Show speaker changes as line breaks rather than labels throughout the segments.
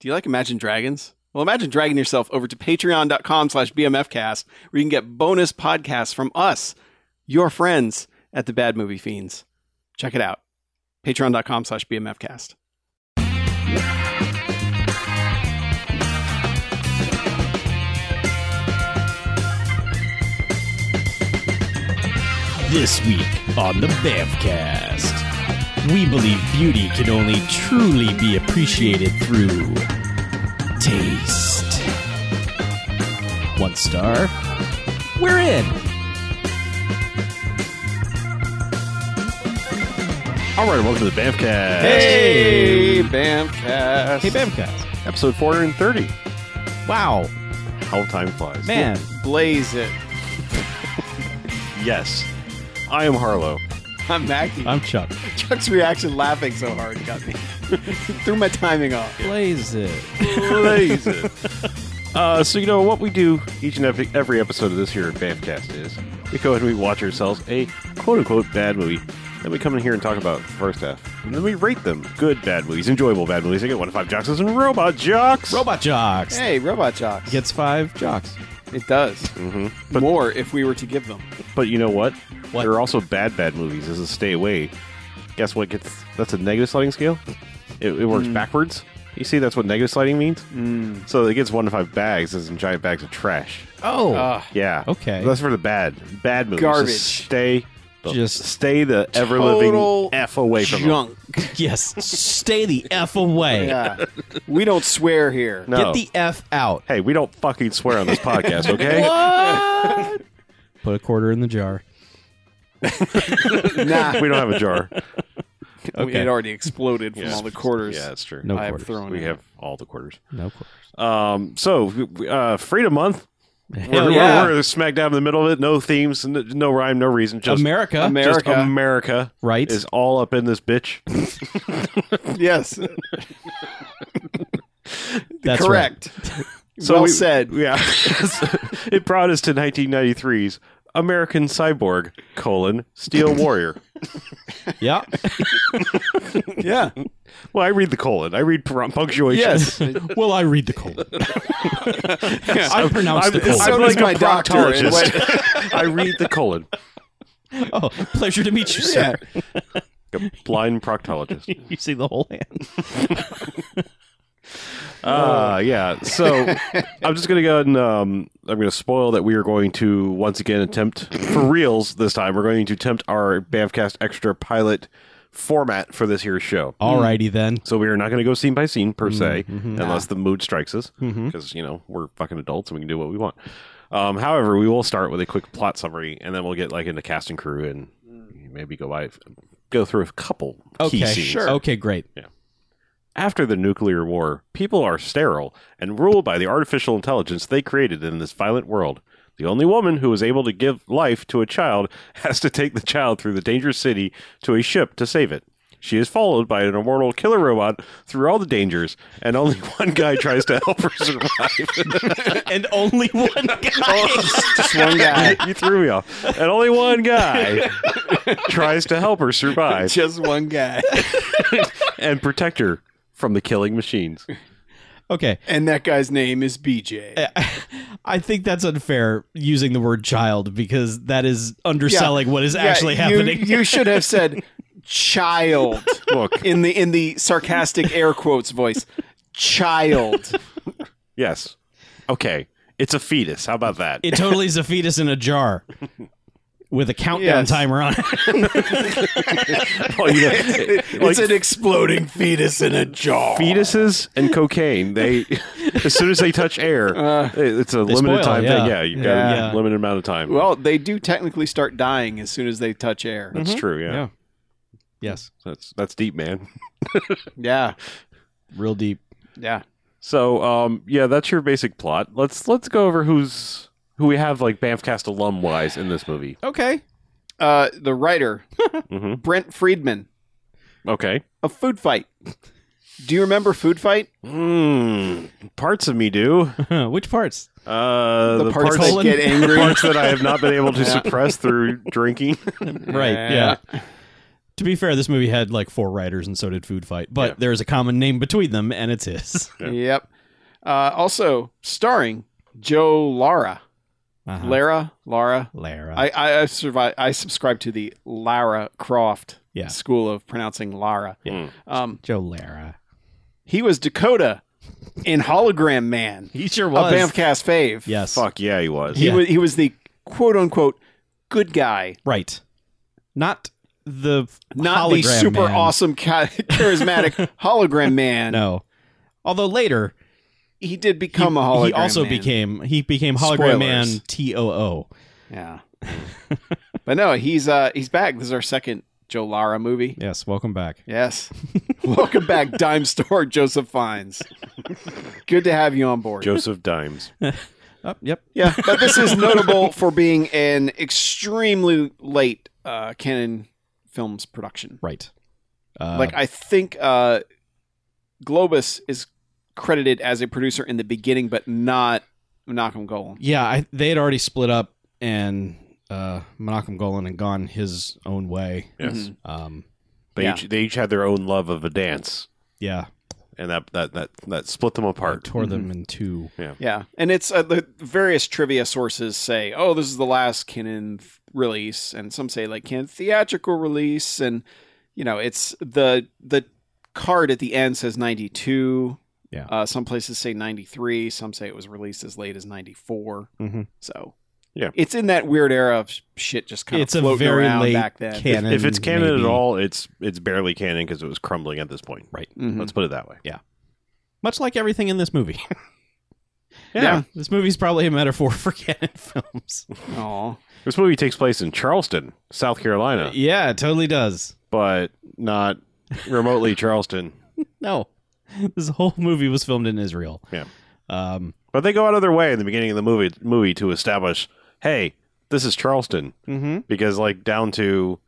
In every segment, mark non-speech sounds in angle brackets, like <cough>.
Do you like Imagine Dragons? Well, imagine dragging yourself over to patreon.com slash bmfcast, where you can get bonus podcasts from us, your friends at the Bad Movie Fiends. Check it out. Patreon.com slash bmfcast.
This week on the Bamfcast, we believe beauty can only truly be appreciated through taste. One star, we're in.
All right, welcome to the Bamfcast.
Hey, Bamcast.
Hey, Bamcast.
Episode 430.
Wow,
How time flies.
man.
Blaze it.
Yes. I am Harlow.
I'm Mackie.
I'm Chuck.
Chuck's reaction laughing so hard got me. <laughs> Threw my timing off.
Blaze it.
Blaze it. Uh, so, you know, what we do each and every, every episode of this here Bamfcast is we go and we watch ourselves a quote unquote bad movie. Then we come in here and talk about the first half. And then we rate them. Good bad movies, enjoyable bad movies. I get one of five jocks and robot jocks.
Robot jocks
Hey, Robot Jocks.
gets five jocks.
It does.
hmm
More if we were to give them.
But you know what?
What?
There are also bad, bad movies. This is stay away. Guess what gets? That's a negative sliding scale. It, it works
Hmm.
backwards. You see, that's what negative sliding means. Mm. So it gets one to five bags as in giant bags of trash.
Oh,
Ugh.
Yeah.
Okay.
That's for the bad, bad movies.
Garbage.
Just stay. The,
Just
Just stay the ever
Total
living f away from them.
Junk.
<laughs> yes. Stay the f away.
Yeah. <laughs> we don't swear here.
No.
Get the f out.
hey, we don't fucking swear on this
<laughs>
podcast, okay?
What? Put a quarter in the jar.
<laughs> Nah.
<laughs> We don't have
<laughs>
a jar.
Okay.
It already exploded from
Yeah.
all the quarters
Yeah, that's true.
No
I've
quarters.
thrown
we
in.
have all the quarters.
No quarters.
Um, so uh, Freedom Month.
Well,
We're-
yeah.
We're, we're smack dab in the middle of it. No themes, no, no rhyme, no reason. Just
America,
Amer-
just
America.
America
right?
is all up in
<laughs>
this bitch. <laughs>
Yes.
That's
correct.
<laughs>
<laughs>
So
well
we-
said.
<laughs> Yeah, it brought us to 1993's American Cyborg colon
<laughs>
Steel Warrior.
Right. Yeah. <laughs>
<laughs>
yeah.
well, I read the colon. I read pr- punctuation. <laughs>
Yes.
<laughs> well, I read the colon. I pronounce
I'm,
the colon.
So
I'm
does
like
my
a
doctor in a way.
proctologist. <laughs> I read the colon.
<laughs> oh, pleasure to meet you,
yeah.
sir.
A blind proctologist.
You see the whole hand.
Ah, yeah. So I'm just gonna go ahead and um, I'm gonna spoil that we are going to once again attempt for reals this time. We're going to attempt our Bamcast Extra pilot format for this here show.
Alrighty then.
So we are not going to go scene by scene per se, unless the mood strikes us, because you know we're fucking adults and we can do what we want. Um, however, we will start with a quick plot summary, and then we'll get like into cast and crew, and maybe go by go through a couple key
Okay.
scenes.
Okay, great.
After the nuclear war, people are sterile and ruled by the artificial intelligence they created in this violent world. The only woman who is able to give life to a child <laughs> has to take the child through the dangerous city to a ship to save it. She is followed by an immortal killer robot through all the dangers, and only <laughs> one guy tries to help her survive.
<laughs>
Oh,
and only
<laughs>
one guy.
Just one guy.
you threw me off. And only
<laughs>
one guy tries to help her survive
Just one
<laughs>
guy.
and protect her from the killing machines.
okay.
And that guy's name is
Uh,
BJ.
I think that's unfair using the word child because that is underselling what is
Yeah,
actually
you- <laughs>
happening.
You should have said child
<laughs> Look,
in the in the sarcastic air quotes voice. Child.
Yes. Okay. It's a fetus. How about that? <laughs>
it totally is a fetus in a jar with a countdown
Yes.
timer on it. <laughs>
Oh, <laughs> you know, like
<laughs> it's an exploding fetus in a jar.
fetuses and cocaine. They <laughs> as soon as they touch air, it- it's a limited
spoil,
time
yeah.
thing. Yeah, you got
Uh, Yeah.
a limited amount of time.
Well, they do technically start dying as soon as they touch air.
that's true. Yeah.
Yeah. Yes.
that's that's deep, man.
Yeah.
Real deep. <laughs>
Yeah.
So, um, yeah, that's your basic plot. Let's let's go over who's who we have like Banffcast alum wise in this movie.
Okay.
Uh, the writer,
Mm-hmm.
Mhm.
Brent Friedman
Okay.
of Food Fight. Do you remember Food Fight?
Mm, parts of me do.
Which parts?
Uh, the,
parts,
parts-
that get
<laughs>
angry.
parts that I have not been able to suppress through drinking.
Right. Yeah. To be fair, this movie had like four writers, and so did Food Fight. But
Yeah.
there is a common name between them, and it's <laughs> his.
Yeah.
Yep. Uh, also starring Joe Lara,
Uh-huh.
Lara, Lara.
Lara.
I I, I survive. I subscribe to the Lara Croft
Yeah.
school of pronouncing Lara.
Yeah.
Um,
Joe Lara.
he was Dakota in Hologram Man,
He sure
a Bamfcast fave.
Yes.
Fuck yeah, he was.
He
Yeah.
was he was the quote unquote good guy,
Right. Not the
not the
hologram
super
man.
awesome ca- <laughs>
<laughs>
charismatic hologram man.
No. Although later
He did become
he,
a hologram.
he also
man.
became he became hologram man
Spoilers.
T O O. <laughs>
yeah. but no, he's uh he's back. This is our second Joe Lara movie.
Yes, welcome back.
Yes. <laughs> Welcome back, Dime Store Joseph Fines. <laughs> Good to have you on board.
<laughs>
Joseph Dimes.
Oh, yep.
yeah, but this is
<laughs>
notable for being an extremely late uh, Canon Films production.
Right. Uh,
like I think uh, Globus is credited as a producer in the beginning, but not Malcolm Golan.
yeah, I, they had already split up and uh Menachem Golan had gone his own way.
Yes.
Mhm.
Um
They
Yeah.
each they each had their own love of a dance,
yeah,
and that that that, that split them apart.
tore
Mm-hmm.
them in two.
Yeah, and it's uh, the various trivia sources say, "Oh, this is the last Canon th- release," and some say like Canon theatrical release, and you know, it's the the card at the end says ninety two.
Yeah.
Uh, some places say ninety three. Some say it was released as late as ninety four.
Mhm.
So.
Yeah.
it's in that weird era of sh- shit just kind
It's a
of floating
very
around
late
back then.
Canon.
If, if it's canon
maybe.
at all, it's it's barely canon because it was crumbling at this point.
Mm-hmm.
Mhm.
Let's put it that way.
much like everything in this movie. <laughs>
Yeah.
this movie's probably a metaphor for <laughs> canon
<laughs>
films.
Aw.
This movie takes place in Charleston, South Carolina,
yeah, it totally does.
but not
<laughs>
remotely Charleston.
No, <laughs> this whole movie was filmed in Israel.
Yeah.
Um,
But they go out of their way in the beginning of the movie movie to establish, hey, this is Charleston,
mm-hmm.
because like down to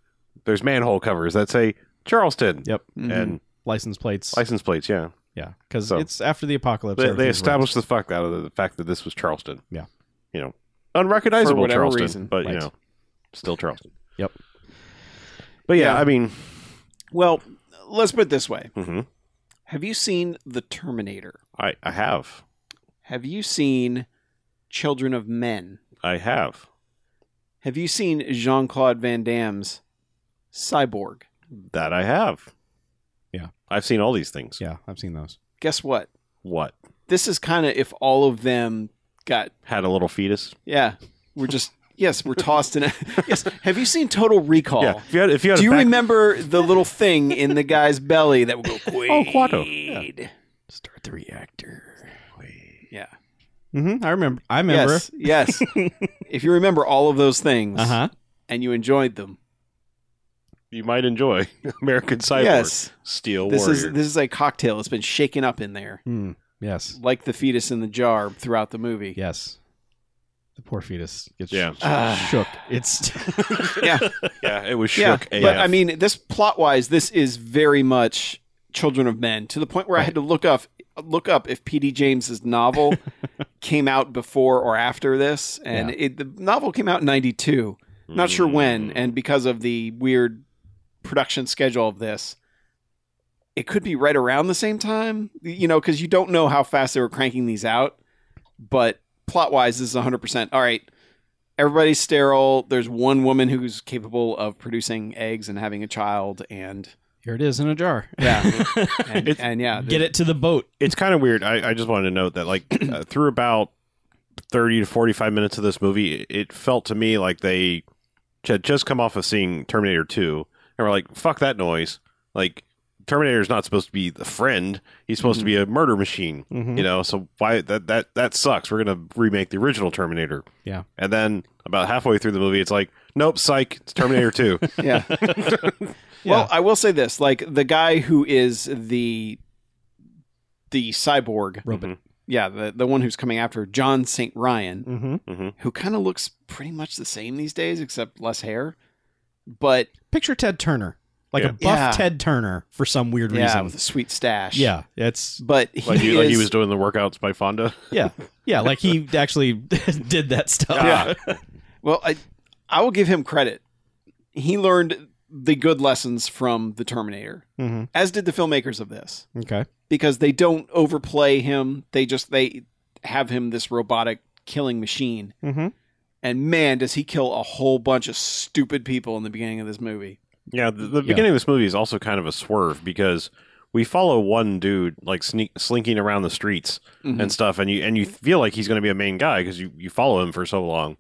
there's manhole covers that say Charleston
Yep.
Mhm.
and
License plates.
license plates. Yeah,
yeah. Because
So-
it's after the apocalypse.
they, they
everything's
established the fuck out of the fact that this was Charleston.
Yeah.
you know, unrecognizable
For whatever
Charleston,
reason.
but you
Right.
know, still Charleston.
Yep.
But yeah,
Yeah.
I mean,
Well, let's put it this way.
mhm.
Have you seen The Terminator?
I I have,
Have you seen Children of Men?
I have.
Have you seen Jean Claude Van Damme's Cyborg?
That I have.
Yeah.
I've seen all these things.
Yeah, I've seen those.
Guess what?
What?
This is kind of if all of them got,
Had a little fetus.
yeah, we're just, <laughs> yes, we're tossed in it. <laughs> Yes. Have you seen Total Recall?
Yeah. If you had, if you had
Do
a
you
back-
remember the little thing in the guy's belly that would go,
<laughs> Oh, Quato.
Quade?
Start the reactor.
Yeah.
Mm-hmm. I remember. I remember.
Yes.
<laughs>
Yes. if you remember all of those things
Uh
Uh-huh.
huh.
and you enjoyed them.
you might enjoy <laughs> American Cyborg.
Yes.
Steel
This
Warrior.
is this is a cocktail. It's been shaken up in there,
Hmm. Yes.
like the fetus in the jar throughout the movie.
Yes. The poor fetus gets
Yeah.
sh-
Ah.
shook. It's <laughs>
yeah,
yeah, it was
yeah.
shook.
But
AF.
I mean, this plot-wise, this is very much Children of Men to the point where I had to look up look up if P.D. James's
<laughs>
novel came out before or after this, and it, the novel came out in '92. Not sure
Mm-hmm.
when,
Hmm.
and because of the weird production schedule of this, it could be right around the same time. You know, because you don't know how fast they were cranking these out. But plot wise, this is 100%. All right, everybody's sterile. There's one woman who's capable of producing eggs and having a child, and
here. It is in a jar. <laughs>
yeah, and,
It's-
and yeah,
Get it to the boat.
it's kind of weird. I, I just wanted to note that, like, uh, through about 30 to 45 minutes of this movie, it, it felt to me like they had just come off of seeing Terminator 2 and were like, fuck that noise. Like, Terminator's not supposed to be the friend, he's supposed to be a murder machine.
Mhm.
you know so why that that that sucks we're gonna remake the original terminator
Yeah.
and then about halfway through the movie it's like nope psych it's terminator 2
<laughs>
yeah. Well, I will say this: like the guy who is the the cyborg,
Robin.
yeah, the the one who's coming after John Saint Ryan,
Mm-hmm.
who kind of looks pretty much the same these days, except less hair. But
Picture Ted Turner, like
Yeah.
a buff
Yeah.
Ted Turner for some weird
yeah, with
reason.
a sweet stash.
Yeah, it's
but he
like, he,
is,
like he was doing the workouts by fonda
yeah, yeah.
<laughs>
Like he actually <laughs>
<laughs>
did that stuff.
Yeah. well, I I will give him credit. He learned the good lessons from the Terminator,
Mm-hmm.
as did the filmmakers of this.
Okay.
because they don't overplay him. They just they have him this robotic killing machine.
Mm-hmm.
And man, does he kill a whole bunch of stupid people in the beginning of this movie.
Yeah, the, the
Yeah.
beginning of this movie is also kind of a swerve because we follow one dude like sneak, slinking around the streets
Mhm.
and stuff, and you and you feel like he's going to be a main guy because you you follow him for so long,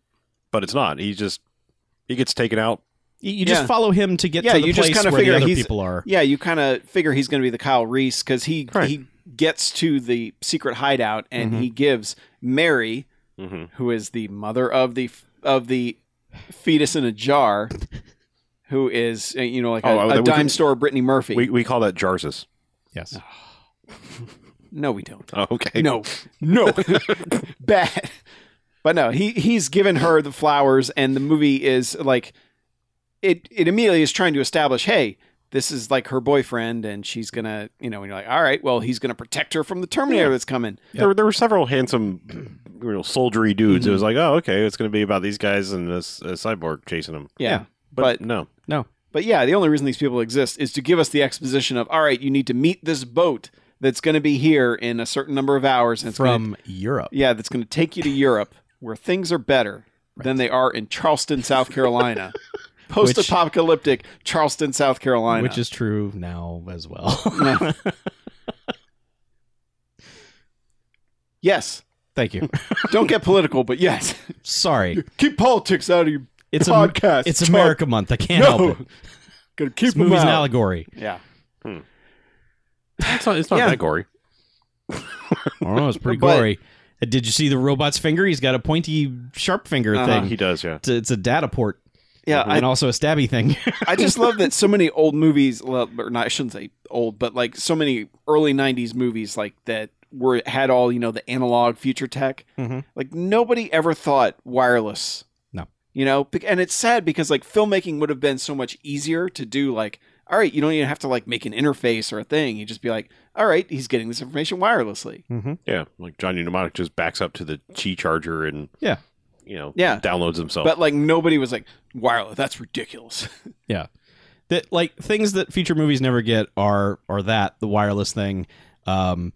but it's not. He just he gets taken out.
You, you just
Yeah.
follow him to get
Yeah,
to the
you just
place
kinda
where the
figure
other
he's-
people are.
Yeah, you kind of figure he's going to be the Kyle Reese because he
Right.
he gets to the secret hideout and
Mhm.
he gives Mary,
Mm-hmm.
who is the mother of the of the fetus in a jar, who is uh, you know like a,
Oh, uh,
a
we
dime
can-
store Brittany Murphy.
We we call that Jarsis.
Yes.
Ah, no, we don't.
<laughs> Oh, okay.
No, no, bad. But no, he he's given her the flowers, and the movie is like it. It immediately is trying to establish, hey, this is like her boyfriend, and she's gonna, you know, and you're like, all right, well, he's gonna protect her from the Terminator that's coming.
There, there were several handsome, you know, soldiery dudes. It
Mhm.
was like, oh, okay, it's going to be about these guys and this uh, cyborg chasing them.
Yeah.
Yeah.
But,
But, no,
but yeah, the only reason these people exist is to give us the exposition of all right, you need to meet this boat that's going to be here in a certain number of hours, and it's gonna-
From Europe.
yeah, that's going to take you to Europe where things are better than they are in Charleston, South <laughs> Carolina. Post apocalyptic Charleston, South Carolina.
Which is true now as well. <laughs>
No. <laughs> yes.
Thank you.
Don't get political, but yes.
<laughs> Sorry.
<laughs> Keep politics out of your
It's a,
podcast.
it's
Chuck.
America Month. I can't
No.
help it.
Gonna keep
This
them
movie's an
out. <laughs>
allegory.
Yeah.
it's not, <laughs> it's not
Yeah.
that gory.
I don't
Oh,
know. It's <laughs> pretty
But-
gory. Uh, Did you see the robot's finger? He's got a pointy, sharp finger
Uh-huh.
thing.
He does, yeah.
It's a, it's a data port
Yeah.
and also a stabby thing. <laughs>
I, I just love that so many old movies, well, or not, I shouldn't say old, but like so many early 90s movies like that were had all, you know, the analog future tech.
mm-hmm.
Like nobody ever thought wireless.
No.
You know, Bec- and it's sad because like filmmaking would have been so much easier to do like all right, you don't even have to like make an interface or a thing. You just be like, all right, he's getting this information wirelessly.
Yeah, like Johnny Mnemonic just backs up to the Chi Charger and
Yeah.
you know,
Yeah.
downloads
Oh.
himself.
But like nobody was like, wireless, that's ridiculous.
that like things that feature movies never get are are that the wireless thing um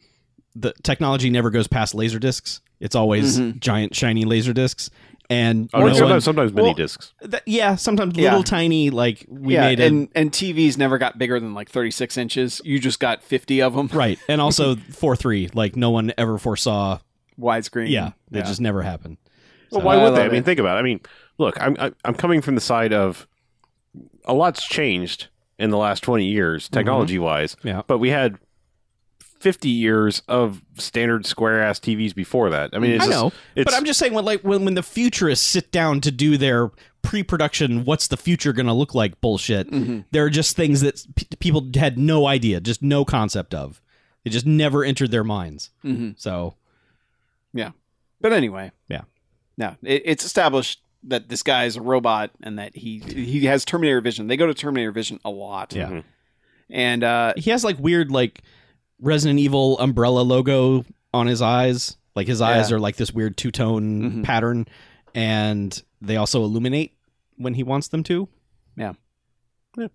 the technology never goes past laser discs it's always
Mhm.
giant shiny laser discs and
oh,
no
no, sometimes,
one-
sometimes mini
well-
discs.
that- yeah sometimes
Yeah.
little tiny like we
yeah,
made it
and and TVs never got bigger than like 36 inches. You just got 50 of them
right
<laughs>
and also 4-3 like no one ever foresaw
widescreen.
yeah it just never happened
Well,
So-
why
I
would they? Uh, I
love
mean,
it.
think about it. I mean, look, I'm I- I'm coming from the side of a lot's changed in the last 20 years technology wise.
Yeah.
But we had 50 years of standard square ass TVs before that. I mean, it's
i
just-
know
it's
but i'm just saying when like when, when the futurists sit down to do their pre-production what's the future gonna look like bullshit
Mhm.
there are just things that p- people had no idea, just no concept of. It just never entered their minds.
Mhm.
So
But anyway.
Yeah.
No, it, it's established that this guy is a robot and that he he has Terminator vision. They go to Terminator vision a lot.
Yeah.
Mhm.
And uh
he has like weird like Resident Evil umbrella logo on his eyes. Like his eyes
Yeah.
are like this weird two tone
Mhm.
pattern, and they also illuminate when he wants them to.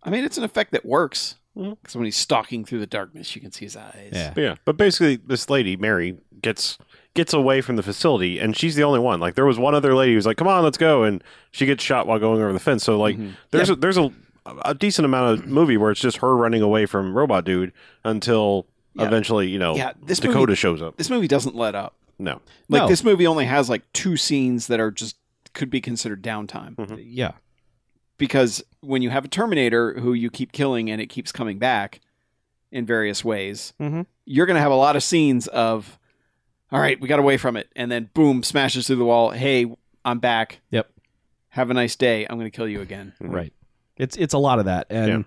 I mean, it's an effect that works.
Mhm.
Because when he's stalking through the darkness, you can see his eyes.
Yeah.
But yeah, but basically, this lady Mary gets gets away from the facility, and she's the only one. Like there was one other lady who's like, "Come on, let's go," and she gets shot while going over the fence. So like,
Mhm.
there's a, there's a a decent amount of movie where it's just her running away from robot dude until
Yeah.
eventually you know
Yeah, this
Dakota
movie-
shows up.
This movie doesn't let up.
No,
Like
No.
this movie only has like two scenes that are just could be considered downtime
Yeah.
because when you have a Terminator who you keep killing and it keeps coming back in various ways,
Mhm.
you're going to have a lot of scenes of, all right, we got away from it, and then boom, smashes through the wall. Hey, I'm back.
Yep.
Have a nice day. I'm going to kill you again.
Mhm.
Right. It's it's a lot of that, and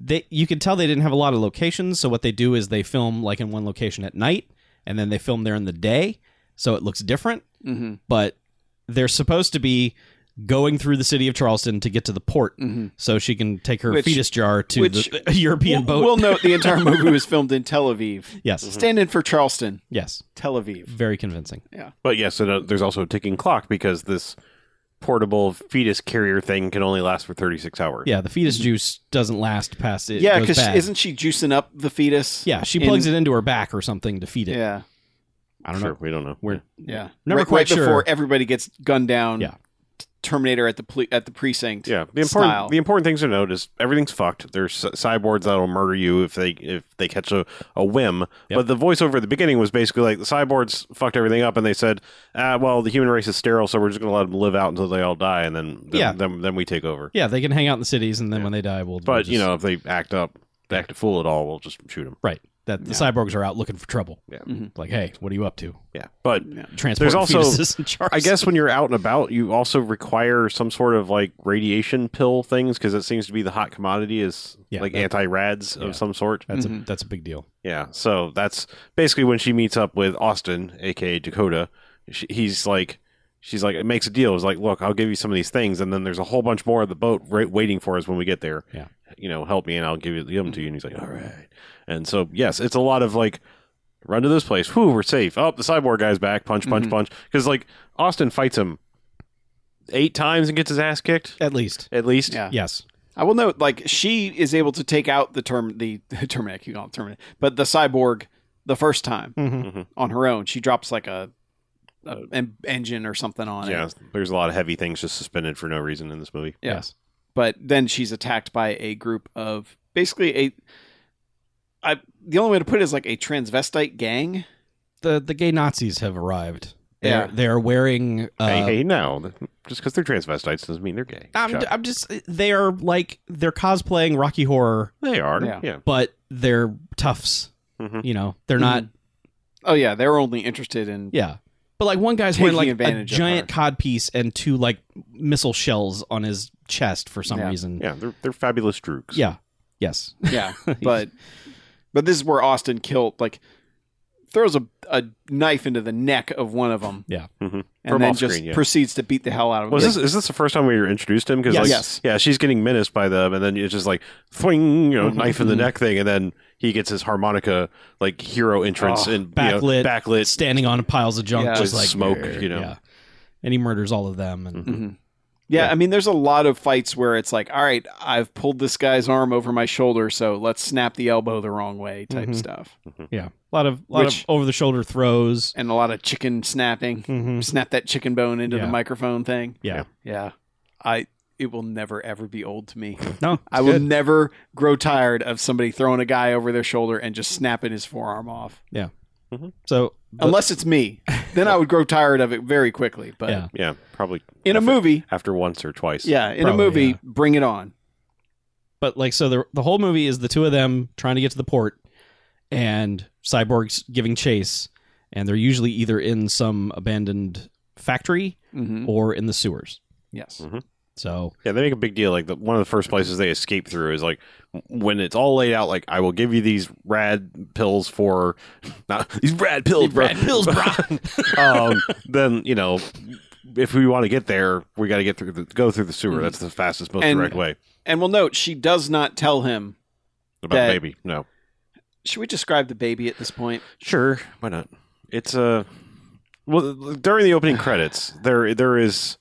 they you can tell they didn't have a lot of locations. So what they do is they film like in one location at night, and then they film there in the day, so it looks different.
Mm-hmm.
but they're supposed to be going through the city of Charleston to get to the port
Mm-hmm.
so she can take her
Which-
fetus jar to
which-
the <laughs> European boat.
We'll note the
<laughs>
entire movie was filmed in Tel Aviv.
yes.
Stand in for Charleston,
Yes.
Mm-hmm. Tel Aviv.
Very convincing.
But yes, and uh, there's also a ticking clock because this portable fetus carrier thing can only last for 36 hours.
Yeah, the fetus juice doesn't last past it.
Mm-hmm. yeah,
goes
because
bad.
isn't she juicing up the fetus?
yeah she plugs
in-
it into her back or something to feed it.
yeah,
I don't
sure,
know.
We don't know.
We're
yeah.
Never
right,
quite
right
sure.
before everybody gets gunned down.
Yeah.
Terminator at the ple- at the precinct.
yeah, the important
Style.
the important things to note is everything's fucked. There's c- cyborgs that'll murder you if they if they catch a, a whim. But the voiceover at the beginning was basically like the cyborgs fucked everything up, and they said, ah, "Well, the human race is sterile, so we're just going to let them live out until they all die, and then then,
Yeah.
then, then we take over."
yeah, they can hang out in the cities, and then when they die, we'll.
But
we'll
you
just-
know, if they act up, they act a fool at all, we'll just shoot them.
right? That the cyborgs are out looking for trouble.
Yeah.
Mhm.
Like, hey, what are you up to?
Yeah, but
Transporting
also-
fetuses and jars.
I guess when you're out and about, you also require some sort of like radiation pill things because it seems to be the hot commodity is
Yeah,
like
that-
anti rads
yeah.
of some sort.
<laughs> that's a
Mhm.
that's a big deal.
Yeah, so that's basically when she meets up with Austin, aka Dakota. She, he's like, she's like, it makes a deal. It's like, look, I'll give you some of these things, and then there's a whole bunch more of the boat right waiting for us when we get there.
Yeah.
you know, help me, and I'll give, you, give them to you. And he's like, all right. And so yes, it's a lot of like. Run to this place. Whoo, we're safe. Oh, the cyborg guy's back. Punch, punch,
Mhm.
punch. Because like Austin fights him eight times and gets his ass kicked
At least,
at least.
Yeah.
yes.
I will note, like she is able to take out the term the <laughs> Terminator, you call it Terminator, but the cyborg the first time
Mm-hmm.
on her own. She drops like a, a an engine or something on
Yeah,
it.
there's a lot of heavy things just suspended for no reason in this movie.
Yeah.
Yes.
But then she's attacked by a group of basically a. I the only way to put it is like a transvestite gang.
The the gay Nazis have arrived.
Yeah.
They're, they're wearing. Uh,
hey, hey, now, just because they're transvestites doesn't mean they're gay.
I'm,
Chuck.
I'm just. They are like they're cosplaying Rocky Horror,
they are.
Yeah.
Yeah.
but they're toughs.
Mhm.
You know, they're not.
Oh yeah, they're only interested in
Yeah. But like one guy's
Taking
wearing like a
advantage of
giant codpiece and two like missile shells on his chest for some
Yeah.
reason.
Yeah, they're, they're fabulous droogs.
Yeah. Yes. <laughs>
yeah, but but this is where Austin killed like throws a, a knife into the neck of one of them.
Yeah.
Mhm.
and
From
then
off
just
screen, yeah.
proceeds to beat the hell out of him.
Was this is this the first time we were introduced to him? Because
Yes.
like,
Yes.
yeah, she's getting menaced by them, and then it's just like thwing, you
Mm-hmm,
know, knife in the neck thing, and then he gets his harmonica like hero entrance
Oh,
and you know,
Backlit,
backlit
standing on piles of junk,
Yeah.
just
With
like
smoke, you know.
Yeah. And he murders all of them. And
Mhm. yeah, I mean, there's a lot of fights where it's like, all right, I've pulled this guy's arm over my shoulder, so let's snap the elbow the wrong way type
Mhm.
stuff,
Mm-hmm.
yeah, a lot of lot
Which-
of over the shoulder throws.
and a lot of chicken snapping. <laughs>
Mm-hmm.
Snap that chicken bone into the
Yeah.
microphone thing.
Yeah.
Yeah, I. It will never ever be old to
<laughs>
me.
No,
I will never grow tired of somebody throwing a guy over their shoulder and just snapping his forearm off.
So but-
Unless it's
<laughs>
me, then I would grow tired of it very quickly. But
yeah,
Yeah, probably
in a
after-
movie,
after once or twice.
yeah, in
Probably,
a movie,
yeah.
bring it on.
but like so the the whole movie is the two of them trying to get to the port and cyborgs giving chase and they're usually either in some abandoned factory
Mm.
Mm-hmm.
or in the sewers.
Yes.
So
Yeah, they make a big deal. Like the, one of the first places they escape through is like when it's all laid out. Like I will give you these rad pills for <laughs> not these rad pills, bro.
rad pills,
<laughs> um, then you know if we want to get there, we got to get through the, go through the sewer. That's the fastest, most
And-
direct way.
And we'll note she does not tell him.
About
that-
the baby, no,
Should we describe the baby at this point?
sure, why not? It's uh, well during the opening credits, there there is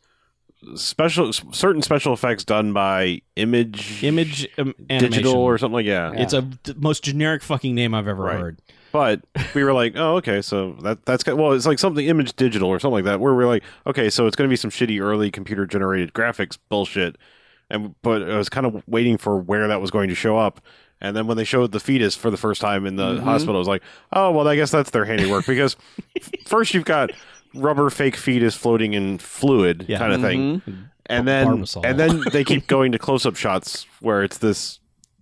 special certain special effects done by Image
image um, animation.
Digital or something like yeah.
It's a d- most generic fucking name I've ever
Right.
heard.
But we were like, oh, okay, so that that's got- well, it's like something image digital or something like that, where we're like, okay, so it's going to be some shitty early computer generated graphics bullshit, and but I was kind of waiting for where that was going to show up, and then when they showed the fetus for the first time in
Mm-hmm.
the hospital, I was like, oh, well, I guess that's their
<laughs>
handiwork because first you've got rubber fake fetus floating in fluid
Yeah. Mm-hmm.
kind of thing,
Bar-
and then
Barbasol.
and then
<laughs>
they keep going to close up shots where it's this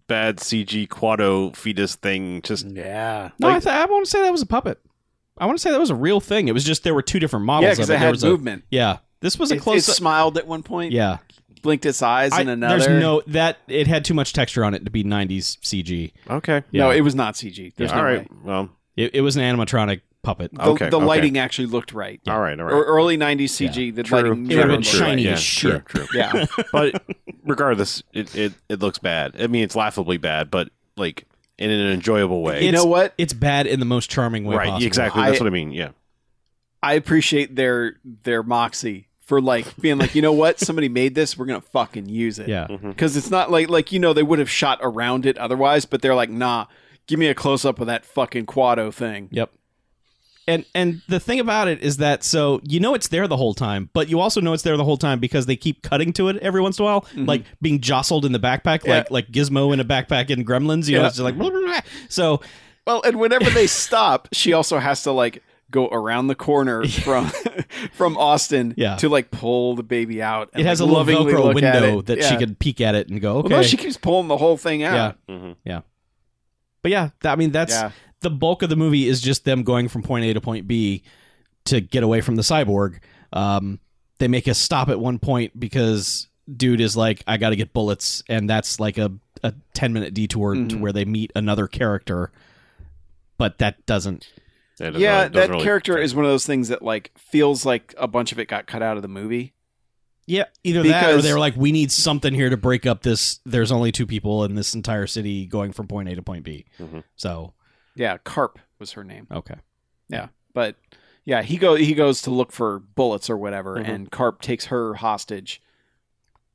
bad CG quado fetus thing just
Yeah.
No, I, th- I want to say that was a puppet. I want to say that was a real thing. It was just there were two different models.
Yeah,
of
because
it.
it
There
had
was a-
movement.
yeah, this was a
It, it
close.
smiled at one point.
yeah,
Blinked its eyes
I-
in another.
there's no that it had too much texture on it to be '90s CG.
okay.
No,
Yeah.
it was not CG. There's
All
no
right.
way.
Well,
It, it was an animatronic puppet.
The,
Okay,
the
okay.
lighting actually looked right.
all right, all right.
Or early '90s CG. The lighting never
It would've been
looked
shiny
right.
as shit.
True, true.
Yeah.
<laughs> but regardless, it, it it looks bad. I mean, it's laughably bad, but like in an enjoyable way.
you
It's
know what?
It's bad in the most charming way
right?
possible.
Exactly. That's
I-
what I mean. Yeah.
I appreciate their their moxie for like being like, you know what, somebody made this, we're gonna fucking use it.
Yeah.
Mm-hmm.
because it's not like like you know they would have shot around it otherwise, but they're like, nah, give me a close up of that fucking Quado thing.
Yep. And and the thing about it is that so you know it's there the whole time, but you also know it's there the whole time because they keep cutting to it every once in a while, like being jostled in the backpack,
Mm-hmm. Yeah.
like like Gizmo in a backpack in Gremlins. You know,
Yeah.
it's just like <laughs> blah, blah, blah. so
Well, and whenever
<laughs>
they stop, she also has to like go around the corner from <laughs> from Austin
Yeah.
to like pull the baby out. and,
it has
like,
a little
lovingly
Velcro
look at
window
it.
that
Yeah.
she could peek at it and go, okay,
Well, no, she keeps pulling the whole thing
yeah,
out.
Mhm.
yeah. But yeah, that, I mean that's
Yeah.
the bulk of the movie is just them going from point A to point B to get away from the cyborg. Um, they make us stop at one point because dude is like, I got to get bullets, and that's like a, a ten minute detour to
Mhm.
where they meet another character. But that doesn't.
Yeah,
That doesn't really-
that
doesn't really-
character is one of those things that like feels like a bunch of it got cut out of the movie.
Yeah, either that or
Because-
they were like, we need something here to break up this. There's only two people in this entire city going from point A to point B.
Mm-hmm.
Mhm.
So
Yeah, Carp was her name.
okay,
But yeah, he go he goes to look for bullets or whatever,
Mm-hmm.
Mhm.
and Carp takes her hostage.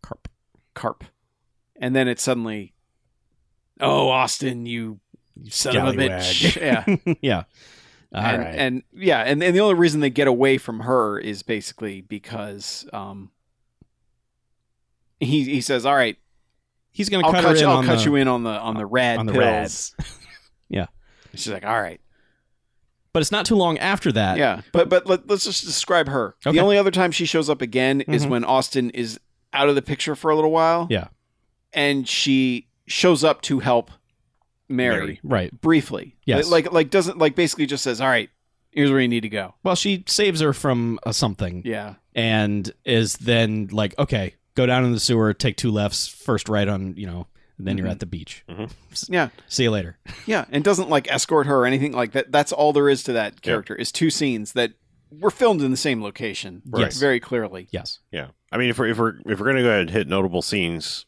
carp.
Carp, and then it's suddenly, oh Austin, you son of a bitch. <laughs>
<laughs>
Yeah,
yeah. All right.
and, and yeah, and, and the only reason they get away from her is basically because um, he he says, all right,
He's gonna
I'll
cut, her
cut
in
you, I'll
on
cut
the-
you in on the on the rad
on the
pills.
<laughs> Yeah.
And she's like, all right.
But it's not too long after that.
Yeah, but but let, us just describe her.
Okay.
The only other time she shows up again is
Mhm.
when Austin is out of the picture for a little while.
Yeah.
and she shows up to help Mary,
Mary.
Right.
briefly.
Yes.
like like doesn't like basically just says, "All right, here's where you need to go."
Well, she saves her from uh, something
Yeah,
and is then like, okay, go down in the sewer, take two lefts, first right on, you know, and then you're
Mhm.
at the beach.
Mhm.
Yeah.
See you later.
yeah, and doesn't like escort her or anything like that. That's all there is to that character is two scenes that were filmed in the same location.
Right. Yes.
very clearly.
Yes.
Yeah, I mean, if we're if we're if we're gonna go ahead and hit notable scenes,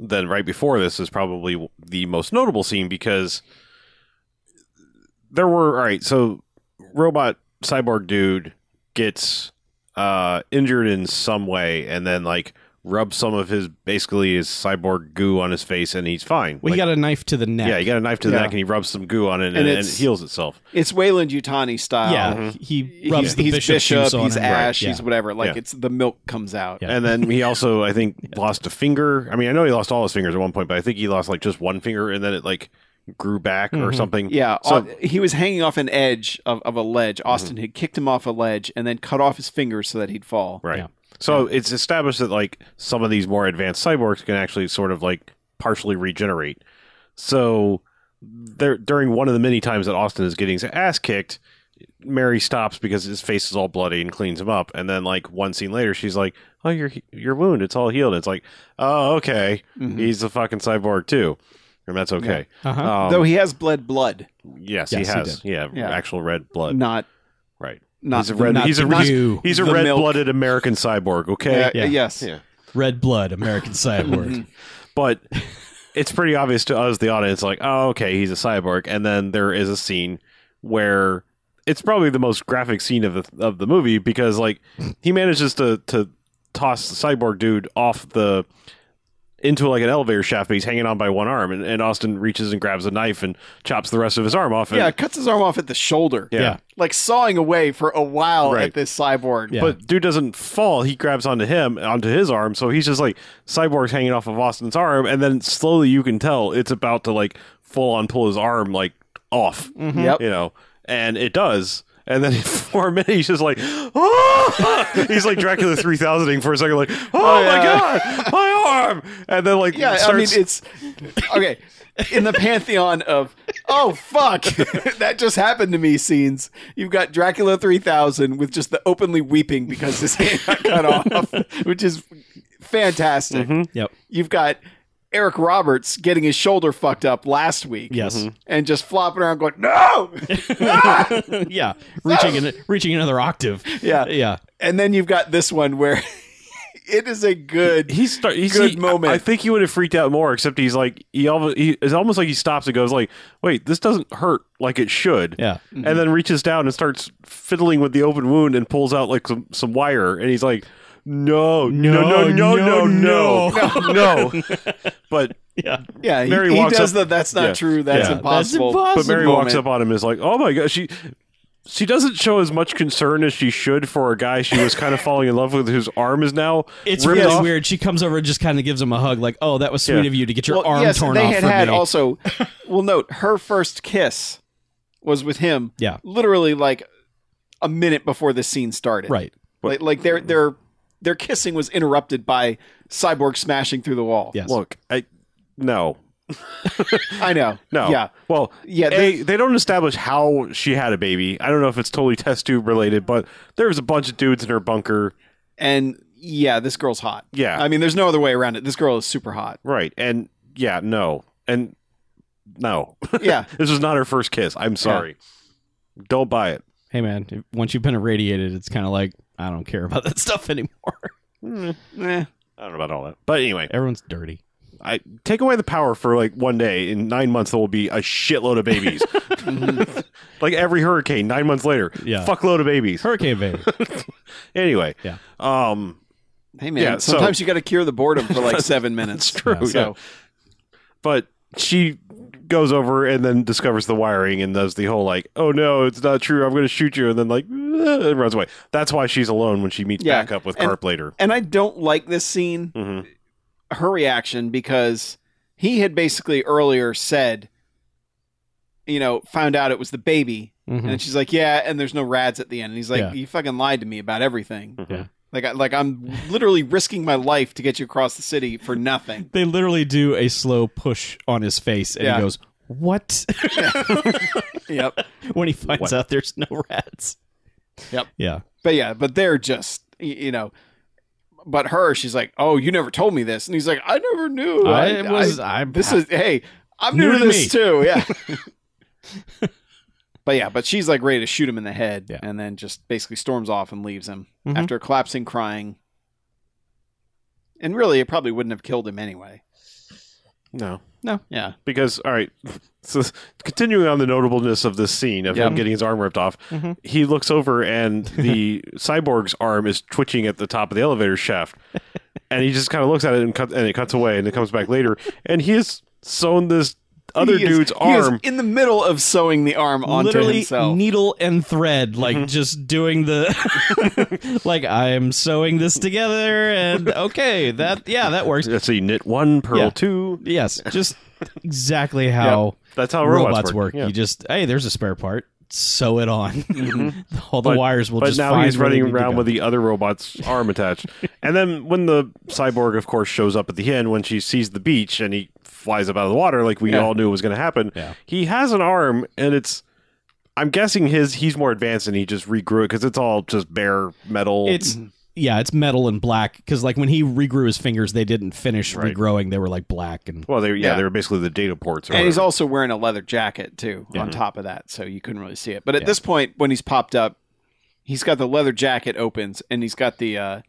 then right before this is probably the most notable scene because there were all right. So, robot cyborg dude gets uh injured in some way, and then like rubs some of his basically his cyborg goo on his face, and he's fine.
Well, he
Like,
got a knife to the neck.
yeah, he got a knife to the
Yeah.
neck, and he rubs some goo on it, and,
And
and it
it's-
heals itself.
It's Wayland Utani style.
Yeah,
Mhm.
He rubs
He's,
the
he's
bishop, juice on
he's
him.
Ash,
Right.
he's
Yeah.
whatever. Like
Yeah.
it's the milk comes out.
Yeah.
And then he also,
<laughs>
I think, lost a finger. I mean, I know he lost all his fingers at one point, but I think he lost like just one finger, and then it like grew back or
Mhm.
something.
Yeah,
So- Mm-hmm.
Au- he was hanging off an edge of, of a ledge. Austin had kicked him off a ledge and then cut off his fingers so that he'd fall.
Right.
Yeah.
So it's established that like some of these more advanced cyborgs can actually sort of like partially regenerate. So there during one of the many times that Austin is getting his ass kicked, Mary stops because his face is all bloody and cleans him up. And then like one scene later, she's like, "Oh, your your wound, it's all healed." It's like, "Oh, okay,
Mm-hmm.
Mhm.
he's a fucking cyborg too." And that's okay.
Uh-huh.
Um,
Though he has bled blood,
Yes,
Yes,
he
he
has. yeah,
Yeah.
actual red blood.
not
Right.
not
he's a red.
not
He's a
the
he's,
goo.
he's a
The milk.
red-blooded American cyborg. Okay.
Yeah,
Yeah.
Yes.
Yeah.
Red
<laughs>
blood, American
Mm-hmm.
cyborg.
But it's pretty obvious to us, the audience, like, oh, okay, he's a cyborg. And then there is a scene where it's probably the most graphic scene of the of the movie because like he manages to to toss the cyborg dude off the into like an elevator shaft, but he's hanging on by one arm, and, and Austin reaches and grabs a knife and chops the rest of his arm off. And,
Yeah, cuts his arm off at the shoulder.
Yeah.
Like sawing away for a while
Right.
at this cyborg.
Yeah.
But dude doesn't fall. He grabs onto him, onto his arm. So he's just like cyborgs hanging off of Austin's arm, and then slowly you can tell it's about to like full on pull his arm like off.
Yep.
You know, and it does. And then <laughs> for a minute he's just like, oh! he's
<laughs>
like Dracula three thousanding for a second, like, oh,
yeah.
my god, my arm! And then like,
Yeah, I mean it's
starts,
okay. In the pantheon of oh fuck <laughs> that just happened to me scenes, you've got Dracula three thousand with just the openly weeping because his <laughs> hand got cut off, which is fantastic.
Mm-hmm.
<laughs>
Yep.
You've got Eric Roberts getting his shoulder fucked up last week,
Yes.
and just flopping around going
<laughs>
no,
yeah. Reaching an, reaching another octave.
Yeah.
Yeah.
and then you've got this one where <laughs> it is a good
He's start. He's,
Good
he-
moment.
I, I think he would have freaked out more, except he's like he, almost, he it's almost like he stops and goes like, "Wait, this doesn't hurt like it should."
Yeah.
And then reaches down and starts fiddling with the open wound and pulls out like some, some wire, and he's like, no,
No,
no, no, no, no,
no,
no, no. But
Yeah, he,
Mary
he
walks
does
up-
the that's not
yeah,
true, that's
yeah.
impossible.
That's
but Mary
moment.
walks up on him and is like, "Oh my god, she." She doesn't show as much concern as she should for a guy she was kind of falling in love with, whose arm is now
It's
ripped
really
off.
weird. She comes over and just kind of gives him a hug, like, "Oh, that was sweet
Yeah.
of you to get your arm
yes,
torn
they
off
had
for
had
me." <laughs>
also. well, note her first kiss was with him.
Yeah.
literally like a minute before the scene started.
right.
like, like their their their kissing was interrupted by Cyborg smashing through the wall.
Yes.
Look, I no,
I know.
no.
yeah,
Well,
yeah.
they,
They,
they don't establish how she had a baby. I don't know if it's totally test tube related, but there was a bunch of dudes in her bunker.
and yeah, this girl's hot.
Yeah,
I mean, there's no other way around it. This girl is super hot.
right. And yeah, no, and no. <laughs>
Yeah,
This was not her first kiss. I'm sorry. Don't buy it.
Hey, man. if- Once you've been irradiated, it's kind of like I don't care about that <laughs> stuff anymore.
Eh,
I don't know about all that, but anyway,
Everyone's dirty.
I take away the power for like one day. In nine months, there will be a shitload of <laughs> babies.
Mm-hmm.
like every hurricane, nine months later,
Yeah.
fuckload of babies.
Hurricane <laughs> baby.
Anyway,
Yeah.
Um,
hey man.
Yeah, so-
sometimes you got to cure the boredom for
<laughs>
like seven minutes.
That's true, yeah.
So
but she goes over and then discovers the wiring and does the whole like, oh no, it's not true. I'm going to shoot you, and then like <laughs> "Ah," and runs away. That's why she's alone when she meets
Yeah.
back up with
And-
Carp later.
and I don't like this scene.
hmm
her reaction because he had basically earlier said, you know, found out it was the baby,
Mhm.
and she's like, yeah, and there's no rads at the end, and he's like,
Yeah. Mm-hmm.
you fucking lied to me about everything.
Yeah.
Like, I, like I'm literally risking my life to get you across the city for
<laughs>
nothing.
They literally do a slow push on his face, and
Yeah.
he goes, "What?" <laughs>
yep.
when he finds
What?
out there's no rats.
Yep.
Yeah.
But yeah, but they're just, y- you know. But her, she's like, "Oh, you never told me this," and he's like, "I never knew.
I, was. I,
this is hey i'm new,
New
to,
to
this
me.
too yeah but yeah but she's like ready to shoot him in the head
Yeah.
and then just basically storms off and leaves him
Mhm.
after collapsing crying and really it probably wouldn't have killed him anyway
No.
yeah
because all right <laughs> so continuing on the notableness of this scene of him
Yeah. Mm-hmm.
getting his arm ripped off
Mhm.
he looks over
<laughs>
and the cyborg's arm is twitching at the top of the
<laughs>
elevator shaft and he just kind of looks at it and, cut, and it cuts away and it comes back later and he has sewn this other
He is-
dude's
he is
arm
in the middle of sewing the arm onto
literally
himself
needle and thread, like
Mm-hmm.
just doing the <laughs> like I am sewing this together, and okay, that yeah, that works.
let's see knit one pearl
Yeah.
two
Yes, just exactly how
that's how robots,
robots work.
Yeah.
You just hey, there's a spare part, sew it on. <laughs> All the
Mm-hmm. But-
wires will
but
just.
now
find
he's
where they
running
need to
around
go.
with the
<laughs>
other robot's arm attached. And then when the cyborg, of course, shows up at the end when she sees the beach and he flies up out of the water, like we
Yeah.
all knew was going to happen.
Yeah.
He has an arm, and it's. I'm guessing his he's more advanced and he just regrew it because it's all just bare metal.
it's yeah, it's metal and black because like when he regrew his fingers, they didn't finish
Right.
regrowing; they were like black and
well, they yeah,
Yeah.
they were basically the data ports. Or
and he's
whatever.
also wearing a leather jacket too on top of that so you couldn't really see it but at this point when he's popped up he's got the leather jacket opens and he's got the uh,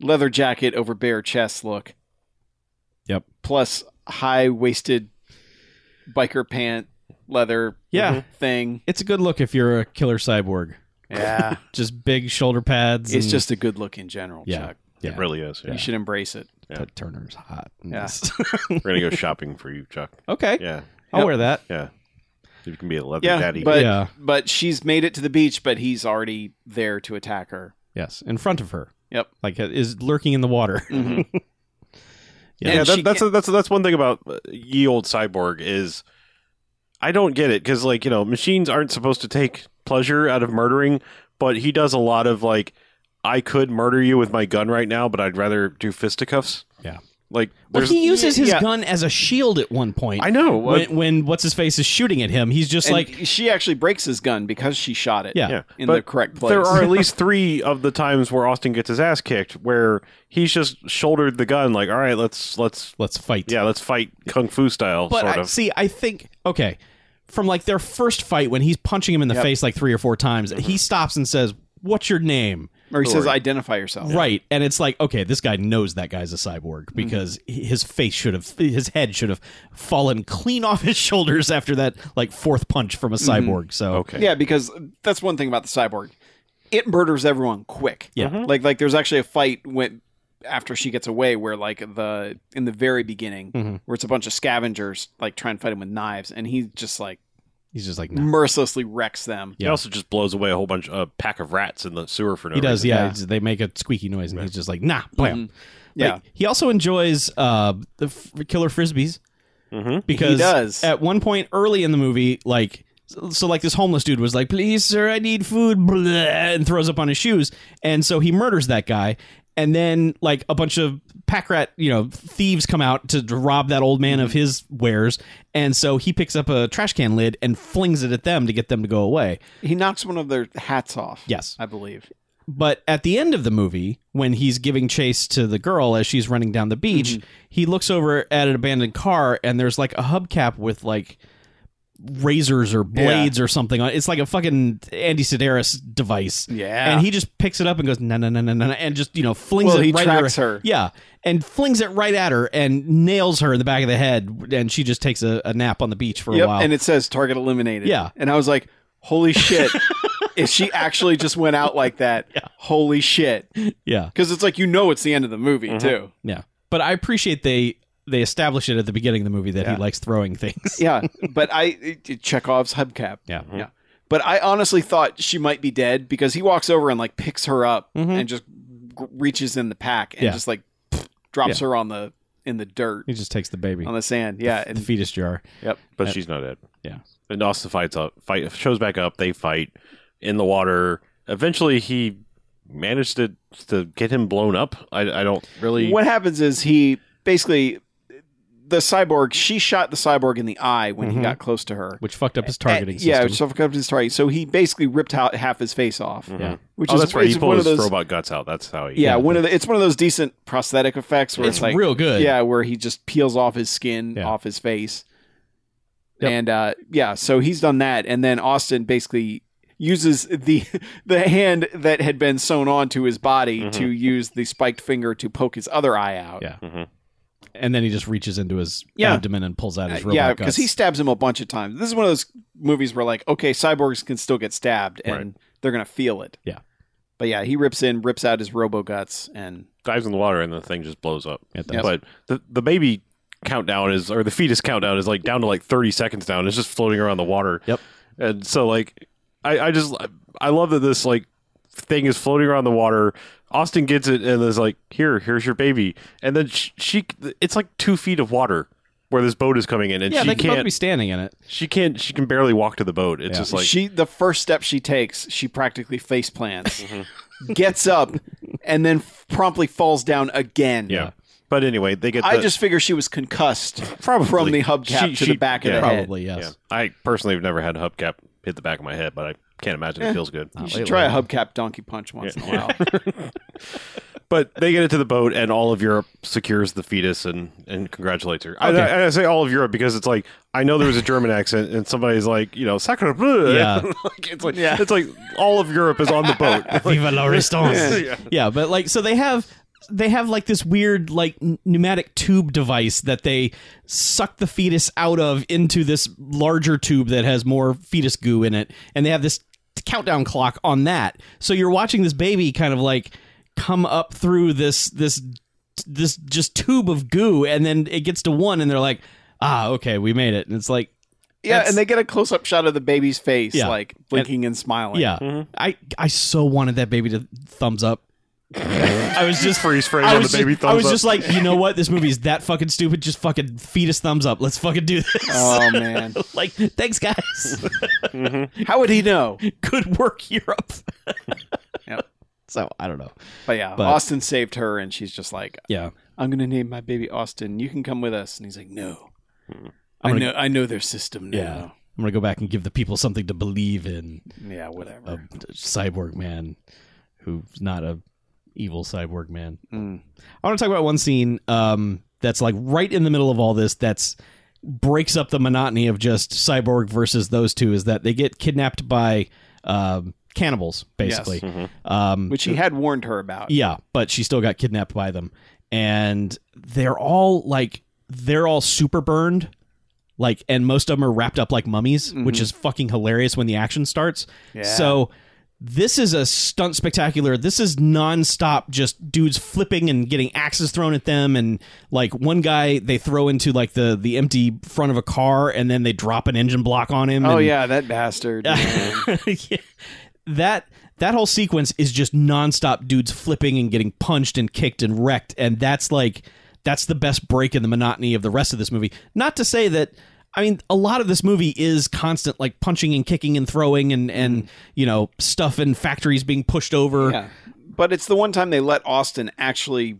leather jacket over bare chest look
Yep.
plus high-waisted biker pant leather
Yeah. Mm-hmm.
thing
it's a good look if you're a killer cyborg.
yeah
<laughs> Just big shoulder
<laughs>
pads.
it's
and-
just a good look in general
Yeah.
chuck
yeah.
it really is. Yeah.
you should embrace it
yeah.
Ted Turner's hot.
Yeah.
<laughs> We're gonna go shopping for you, Chuck.
<laughs> okay.
Yeah,
I'll
Yep.
wear that.
yeah. You can be a leather
yeah
daddy.
but
Yeah.
but she's made it to the beach but he's already there to attack her
Yes, in front of her.
Yep.
Like it is lurking in the water. <laughs>
Mhm.
Mm-hmm. Yeah.
yeah,
And
that,
she
that's that's that's one thing about uh, ye old cyborg is I don't get it because like you know machines aren't supposed to take pleasure out of murdering, but he does a lot of like I could murder you with my gun right now, but I'd rather do fisticuffs.
Yeah.
like
Well,
there's
he uses his
yeah.
gun as a shield at one point.
I know uh, like,
when, when what's his face is shooting at him, he's just
And
like,
she actually breaks his gun because she shot it
yeah,
yeah,
in
but
the correct place.
there
<laughs>
are at least three of the times where Austin gets his ass kicked where he's just shouldered the gun like all right let's let's
let's fight.
yeah let's fight kung fu style
but
sort
I,
of
see, I think okay, from like their first fight when he's punching him in the
Yep.
face like three or four times,
Mm-hmm.
he stops and says, "What's your name?"
or he says,
Right.
"Identify yourself."
Right, and it's like, okay, this guy knows that guy's a cyborg because h- his face should have, his head should have fallen clean off his shoulders after that like fourth punch from a cyborg. So
okay
Yeah, because that's one thing about the cyborg. it murders everyone quick.
Yeah.
Mhm.
Like like there's actually a fight when after she gets away where like the in the very beginning
Mhm.
where it's a bunch of scavengers like trying to fight him with knives and he just like
He's just like, no.
mercilessly wrecks them.
He
Yeah.
also just blows away a whole bunch of pack of rats in the sewer for no
He does,
reason.
yeah.
Yeah.
It's- They make a squeaky noise, and he's just like, nah, blam.
Mhm. Yeah.
Like, he also enjoys uh, the f- killer frisbees
Mm-hmm.
because
he does.
at one point early in the movie, like so, so like this homeless dude was like, "Please, sir, I need food," blah, and throws up on his shoes, and so he murders that guy, and then like a bunch of pack rat, you know, thieves come out to, to rob that old man of his wares, and so he picks up a trash can lid and flings it at them to get them to go away.
he knocks one of their hats off.
Yes.
I believe.
But at the end of the movie, when he's giving chase to the girl as she's running down the beach,
Mm-hmm.
he looks over at an abandoned car and there's like a hubcap with like razors or blades or something on it. It's like a fucking Andy Sedaris device.
Yeah.
And he just picks it up and goes, no, no, no, no, no, and just, you know, flings
Well,
it
he
right
tracks
at her.
her.
Yeah. And flings it right at her and nails her in the back of the head. And she just takes a, a nap on the beach for a
yep.
while.
And it says target eliminated.
Yeah.
And I was like, holy
<laughs>
shit. if she actually just went out like that, holy shit.
yeah.
Because it's like you know it's the end of the movie
Mm-hmm.
too.
Yeah. But I appreciate they. They establish it at the beginning of the movie that
Yeah.
he likes throwing things.
Yeah, but I it- it- Chekhov's hubcap.
Yeah.
yeah. But I honestly thought she might be dead because he walks over and like picks her up and just g- reaches in the pack and
Mm-hmm. Yeah.
just like pfft, drops her on the in the dirt
He just takes the baby,
on the sand. Yeah,
the
and
fetus jar.
yep.
But she's not dead.
Yeah.
And Austin fights up, fight shows back up. They fight in the water. Eventually, he managed to to get him blown up. I, I don't really.
What happens is he basically the cyborg. She shot the cyborg in the eye when
Mm-hmm.
he got close to her.
which fucked up his targeting
Uh,
system.
yeah, which suffocated his target. So he basically ripped out half his face off.
Yeah.
which
oh,
is
that's right. He
it's one
pulled
of
his
those.
robot guts out. That's how he.
Yeah, one of the, it's one of those decent prosthetic effects where it's,
it's
like
real good.
Yeah, where he just peels off his skin
Yeah.
off his face.
Yep.
And uh yeah, so he's done that and then Austin basically uses the <laughs> the hand that had been sewn onto his body
Mm-hmm.
to use the spiked finger to poke his other eye out.
Yeah.
Mhm.
and then he just reaches into his
Yeah.
abdomen and pulls out
Uh,
his robot
Yeah,
guts.
because he stabs him a bunch of times. This is one of those movies where like, okay, cyborgs can still get stabbed and they're gonna feel it.
Yeah.
But yeah, he rips in, rips out his robo guts and
dives in the water and the thing just blows up.
It does.
But the the baby countdown is or the fetus countdown is like down to like thirty seconds down. It's just floating around the water.
Yep.
And so like I, I just I love that this like thing is floating around the water. Austin gets it and is like, "Here, here's your baby." And then she, she it's like two feet of water where this boat is coming in, and
yeah,
she
they can both
can't.
be standing in it.
she can't. She can barely walk to the boat. It's
Yeah.
just like
she the first step she takes, she practically face
<laughs>
plants,
Mm-hmm.
gets up, and then f- promptly falls down again.
yeah. But anyway, they get.
I
the-
just figure she was concussed
Probably.
from the hubcap
She-
to
she-
the back
yeah.
of the head.
Probably yes.
Yeah. I personally have never had a hubcap hit the back of my head, but I can't imagine it feels good.
Eh. You should try a hubcap donkey punch once in a
<laughs>
while.
But they get into the boat, and all of Europe secures the fetus and, and congratulates her. I-
Okay.
I, I say all of Europe because it's like I know there was a German accent, and somebody's like, you know, sacre bleu.
Yeah.
<laughs> like, it's like
Yeah.
it's like all of Europe is on the boat.
<laughs>
<laughs>
Viva la resistance.
Yeah.
yeah, but like so they have they have like this weird like n- pneumatic tube device that they suck the fetus out of into this larger tube that has more fetus goo in it and they have this countdown clock on that. So you're watching this baby kind of like come up through this this this just tube of goo and then it gets to 1 and they're like, "Ah, okay, we made it." And it's like
yeah,
That's-
and they get a close up shot of the baby's face,
Yeah.
like blinking and smiling.
yeah. I I so wanted that baby to thumbs up. I was just
Freeze frame
I
on
was,
the baby
just,
thumbs
I was
up.
just like, you know what? This movie is that fucking stupid. Just fucking fetus thumbs up. Let's fucking do this.
Oh
<laughs>
man,
<laughs> like, thanks, guys.
how would he know?
Good work, Europe.
Yep.
So I don't know.
But yeah,
But-
Austin saved her, and she's just like,
Yeah.
"I'm gonna name my baby Austin. You can come with us." And he's like, "No, I
Hmm. I'm gonna-
know, I know their system
Yeah.
now.
I'm gonna go back and give the people something to believe in.
Yeah, whatever."
A cyborg man who's not a evil cyborg man.
Mm.
I want to talk about one scene um, that's like right in the middle of all this. That's breaks up the monotony of just cyborg versus those two. Is that they get kidnapped by um, cannibals, basically. Um,
which he had warned her about.
yeah, but she still got kidnapped by them, and they're all like they're all super burned, like, and most of them are wrapped up like mummies, which is fucking hilarious when the action starts.
Mm-hmm. Yeah.
So This is a stunt spectacular. This is nonstop, just dudes flipping and getting axes thrown at them, and like one guy they throw into like the the empty front of a car, and then they drop an engine block on him.
Oh
and-
yeah, that
<laughs>
bastard. man.
Yeah. that that whole sequence is just nonstop dudes flipping and getting punched and kicked and wrecked, and that's like that's the best break in the monotony of the rest of this movie. Not to say that I mean a lot of this movie is constant like punching and kicking and throwing and and you know stuff and factories being pushed over.
Yeah. But it's the one time they let Austin actually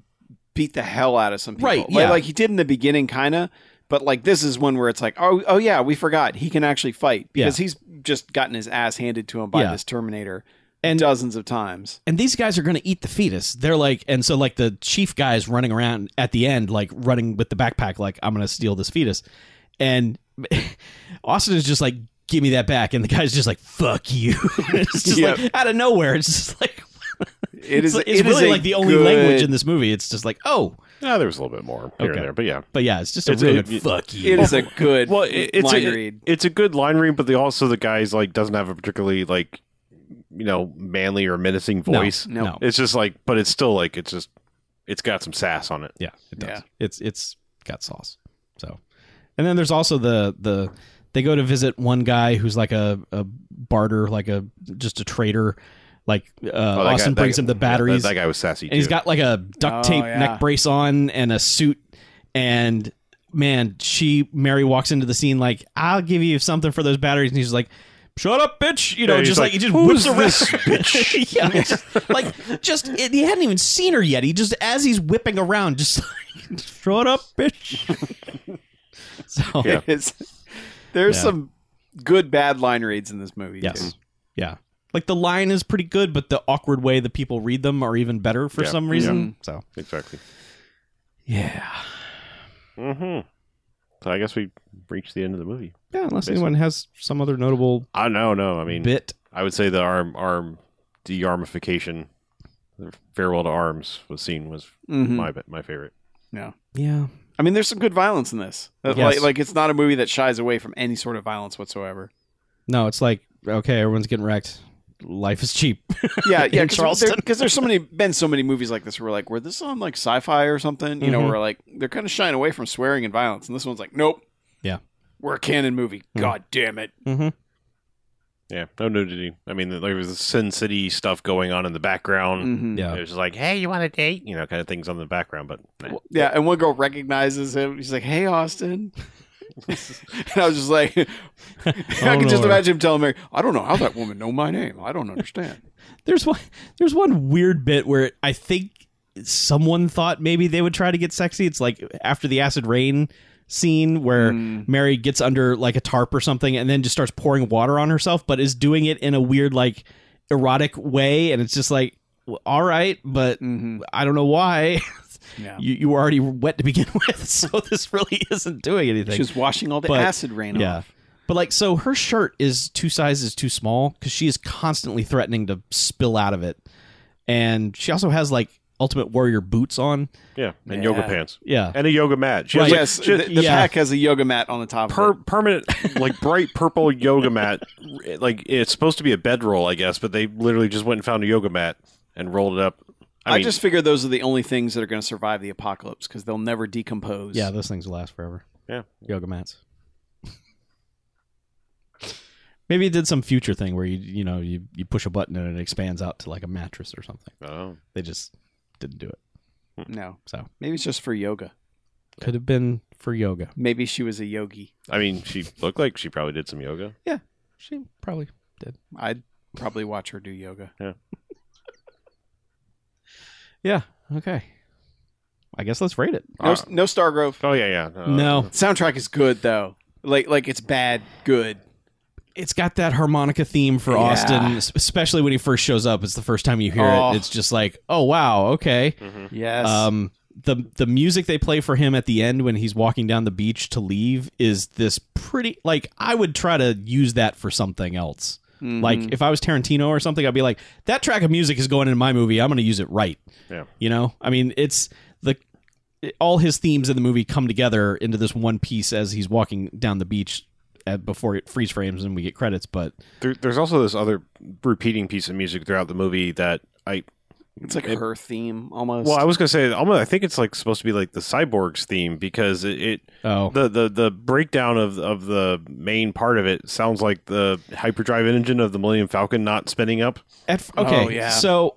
beat the hell out of some people.
Right,
Like,
yeah.
like he did in the beginning, kind of. But like this is one where it's like, oh, oh yeah, we forgot he can actually fight because he's just gotten his ass handed to him by
Yeah.
this Terminator
And-
dozens of times.
and these guys are going to eat the fetus. They're like, and so like the chief guy's running around at the end, like running with the backpack, like I'm going to steal this fetus, and <laughs> Austin is just like, give me that back, and the guy's just like, fuck you. <laughs> it's just
Yep.
like out of nowhere. It's just like
It is.
it's, it's
it is
really
a
like the only
good-
language in this movie. It's just like oh,
Yeah, Ah, there was a little bit more here
Okay.
and there, but yeah.
but yeah, it's just a
It's-
really
it-
good fuck
<laughs>
you.
It is a good
Well, it, it's
line
a,
read.
it's a good line read, but the, also the guy's like doesn't have a particularly like you know manly or menacing
No,
voice.
No,
No.
It's just like, but it's still like it's just it's got some sass on it.
Yeah, it does.
Yeah.
It's it's got sauce. So, and then there's also the the they go to visit one guy who's like a, a barter, like a just a trader. Like uh,
Oh, that guy-
Austin
that
brings
guy-
him the batteries,
That, that guy was sassy.
and he's
too.
got like a duct
Oh,
tape
yeah.
neck brace on and a suit. And man, she Mary walks into the scene like, "I'll give you something for those batteries," and he's like. Shut up, bitch! You know,
Yeah, he's
just like,
like,
he just whips
"Who's
around.
this
<laughs>
bitch?" <laughs>
yeah, just, like just it, he hadn't even seen her yet. He just as he's whipping around, just like, <laughs> shut up, bitch. <laughs> so
Yeah.
<laughs> It's, there's
Yeah.
some good bad line reads in this movie.
yes,
too.
yeah. Like the line is pretty good, but the awkward way the people read them are even better for
Yeah.
some reason. So
exactly.
yeah,
hmm So I guess we reached the end of the movie.
yeah. Unless anyone has some other notable
I no no. I mean,
bit,
I would say the arm arm dearmification, the farewell to arms was scene was
Mhm.
my my favorite.
yeah,
I mean, there's some good violence in this. Like-
Yes.
like it's not a movie that shies away from any sort of violence
<laughs>
whatsoever.
no, it's like okay, everyone's getting wrecked. Life is cheap.
yeah, yeah,
in Charleston.
because there's so many been so many movies like this where like were this on like sci-fi or something, you know,
Mhm.
where like they're kind of shying away from swearing and violence, and this one's like, nope,
Yeah.
we're a canon movie.
Mhm.
God damn it!
mm-hmm.
Yeah, no nudity. I mean, there was Sin City stuff going on in the background.
Mhm.
Mm-hmm. Yeah.
It was just like, hey, you want a date? You know, kind of things on the background, but eh.
Yeah, and one girl recognizes him. She's like, "Hey,
<laughs>
Austin," and I was just like, <laughs> I
don't
can
know
just
her.
imagine him telling Mary, "I don't know how that woman know my name. I don't understand."
There's one there's one weird bit where I think someone thought maybe they would try to get sexy. It's like after the acid rain scene where
Mm-hmm.
Mm.
Mary gets under like a tarp or something and then just starts pouring water on herself, but is doing it in a weird like erotic way, and it's just like w- all right, but
hmm
I don't know why.
Yeah,
<laughs> you you were already wet to begin <laughs> with, so this really isn't doing anything.
she was washing all the
But-
acid rain
Yeah.
off. Oh,
But like, so her shirt is two sizes too small because she is constantly threatening to spill out of it, and she also has like Ultimate Warrior boots on.
yeah, and
Yeah.
yoga pants
Yeah,
and a yoga mat. She
Right.
has,
yes,
like, she has
the, the
yeah.
pack has a yoga mat on the top. of it.
per- permanent, like bright purple yoga mat. Like it's supposed to be a bedroll, I guess, but they literally just went and found a yoga mat and rolled it up.
I,
I, mean,
just figure those are the only things that are going to survive the apocalypse because they'll never decompose.
yeah, those things will last forever.
Yeah.
yoga mats. Maybe it did some future thing where you you know you, you push a button and it expands out to like a mattress or something.
oh,
They just didn't do it.
No.
So
Maybe it's just for yoga.
could have been for yoga.
Maybe she was a yogi.
I mean, she looked like she probably did some yoga.
She probably
I'd probably watch her do yoga.
yeah okay. I guess let's rate it.
No,
Uh,
no Stargrove.
oh yeah, yeah. Uh,
no,
Soundtrack is good though. Like like it's bad good.
it's got that harmonica theme for
Yeah.
Austin, es- especially when he first shows up. It's the first time you hear
Oh.
it. It's just like, oh wow, okay.
Mhm.
Yes.
Um, the the music they play for him at the end when he's walking down the beach to leave is this pretty like I would try to use that for something else.
Mhm.
Like if I was Tarantino or something, I'd be like, that track of music is going in my movie. I'm going to use it right.
Yeah.
You know, I mean, it's the all his themes in the movie come together into this one piece as he's walking down the beach at before it freeze frames and we get credits. But
There, there's also this other repeating piece of music throughout the movie that I.
It's like
it-
her theme almost.
Well, I was gonna say, almost, I think it's like supposed to be like the cyborgs theme because it, it
oh,
the, the the breakdown of of the main part of it sounds like the hyperdrive engine of the Millennium Falcon not spinning up.
At, f- okay,
Oh, yeah.
so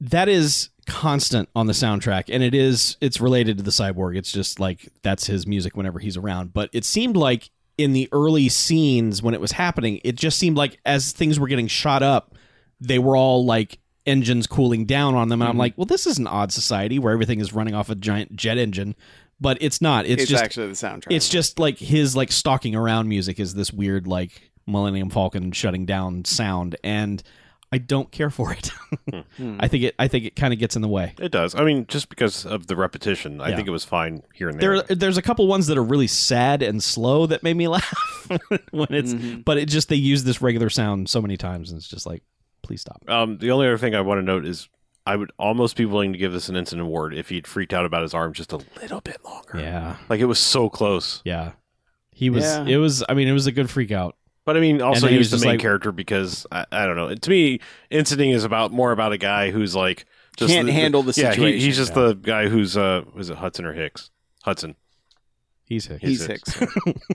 that is constant on the soundtrack, and it is it's related to the cyborg. It's just like that's his music whenever he's around. But it seemed like in the early scenes when it was happening, it just seemed like as things were getting shot up, they were all like engines cooling down on them,
Mm-hmm.
and I'm like, well, this is an odd society where everything is running off a giant jet engine, but it's not. It's,
it's,
just
actually the soundtrack.
it's just like his like stalking around music is this weird like Millennium Falcon shutting down sound and I don't care for it. <laughs>
Hmm.
I think it I think it kind of gets in the way.
It does. I mean, just because of the repetition, I
Yeah.
think it was fine here and there.
There there's a couple ones that are really sad and slow that made me <laughs> laugh when
Mm.
it's
Mhm.
but it just they use this regular sound so many times and it's just like please stop.
Um, the only other thing I want to note is I would almost be willing to give this an instant award if he'd freaked out about his arm just a little bit longer.
Yeah.
Like it was so close.
Yeah. He was
Yeah.
it was I mean it was a good freak out.
But I mean, also
then
he
he
was
was
the
just
main
like-
character because I, I don't know. To me, inciting is about more about a guy who's like just
Can't handle the
yeah, he-
situation.
he's just the guy who's uh was it Hudson or Hicks? Hudson.
He's hit.
he's Hicks.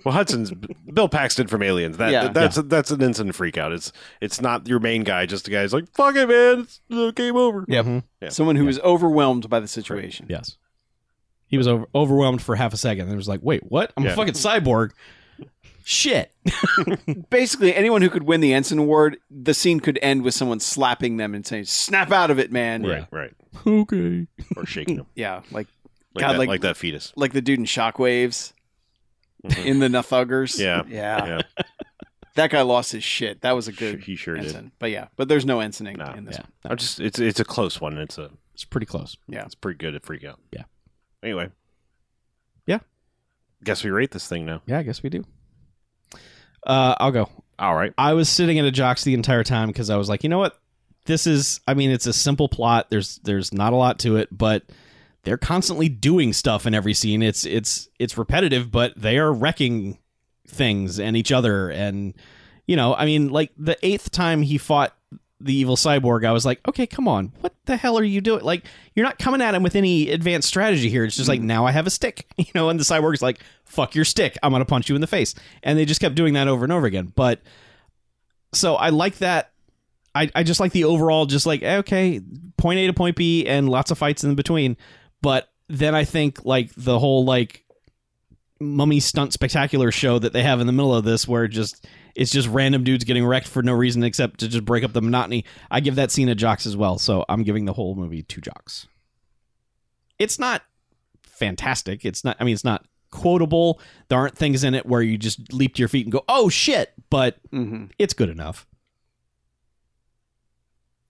Well, Hudson's Bill Paxton from Aliens. That,
Yeah.
that- that's that's an instant freak out. It's it's not your main guy. Just a guy's like fuck it, man. It's uh, game over.
Yep.
Yeah.
Someone who was overwhelmed by the situation.
Yes. He was over- overwhelmed for half a second and was like, "Wait, what? I'm
Yeah.
a fucking cyborg." Shit.
Basically, anyone who could win the Ensign Award, the scene could end with someone slapping them and saying, "Snap out of it, man!"
Right, right.
okay.
Or shaking him
<laughs> Yeah, like
like,
God,
that, like,
like-
that fetus.
like the dude in Shockwaves
Mhm.
in the Nuthuggers.
Yeah.
yeah,
yeah,
That guy lost his shit. That was a <laughs> good
he sure did.
ensign. But yeah, but there's no ensigning
No.
in this
Yeah.
one.
I just it's it's a close one. It's a
It's pretty close.
it's pretty good at freak out.
Yeah.
Anyway.
Yeah.
Guess we rate this thing now.
Yeah, I guess we do. Uh, I'll go.
All right.
I was sitting at a jocks the entire time because I was like, you know what? This is. I mean, it's a simple plot. There's there's not a lot to it, but they're constantly doing stuff in every scene. It's it's it's repetitive, but they are wrecking things and each other. And you know, I mean, like the eighth time he fought the evil cyborg, I was like, okay, come on, what the hell are you doing? Like, you're not coming at him with any advanced strategy here. It's just like now I have a stick, <laughs> you know. And the cyborg's like, fuck your stick, I'm gonna punch you in the face. And they just kept doing that over and over again. But so I like that. I, I just like the overall, just like eh, okay, point A to point B, and lots of fights in between. But then I think like the whole like mummy stunt spectacular show that they have in the middle of this, where just it's just random dudes getting wrecked for no reason except to just break up the monotony. I give that scene a jocks as well, so I'm giving the whole movie two jocks. It's not fantastic. It's not. I mean, it's not quotable. There aren't things in it where you just leap to your feet and go, "Oh shit!" But
Mm-hmm.
it's good enough.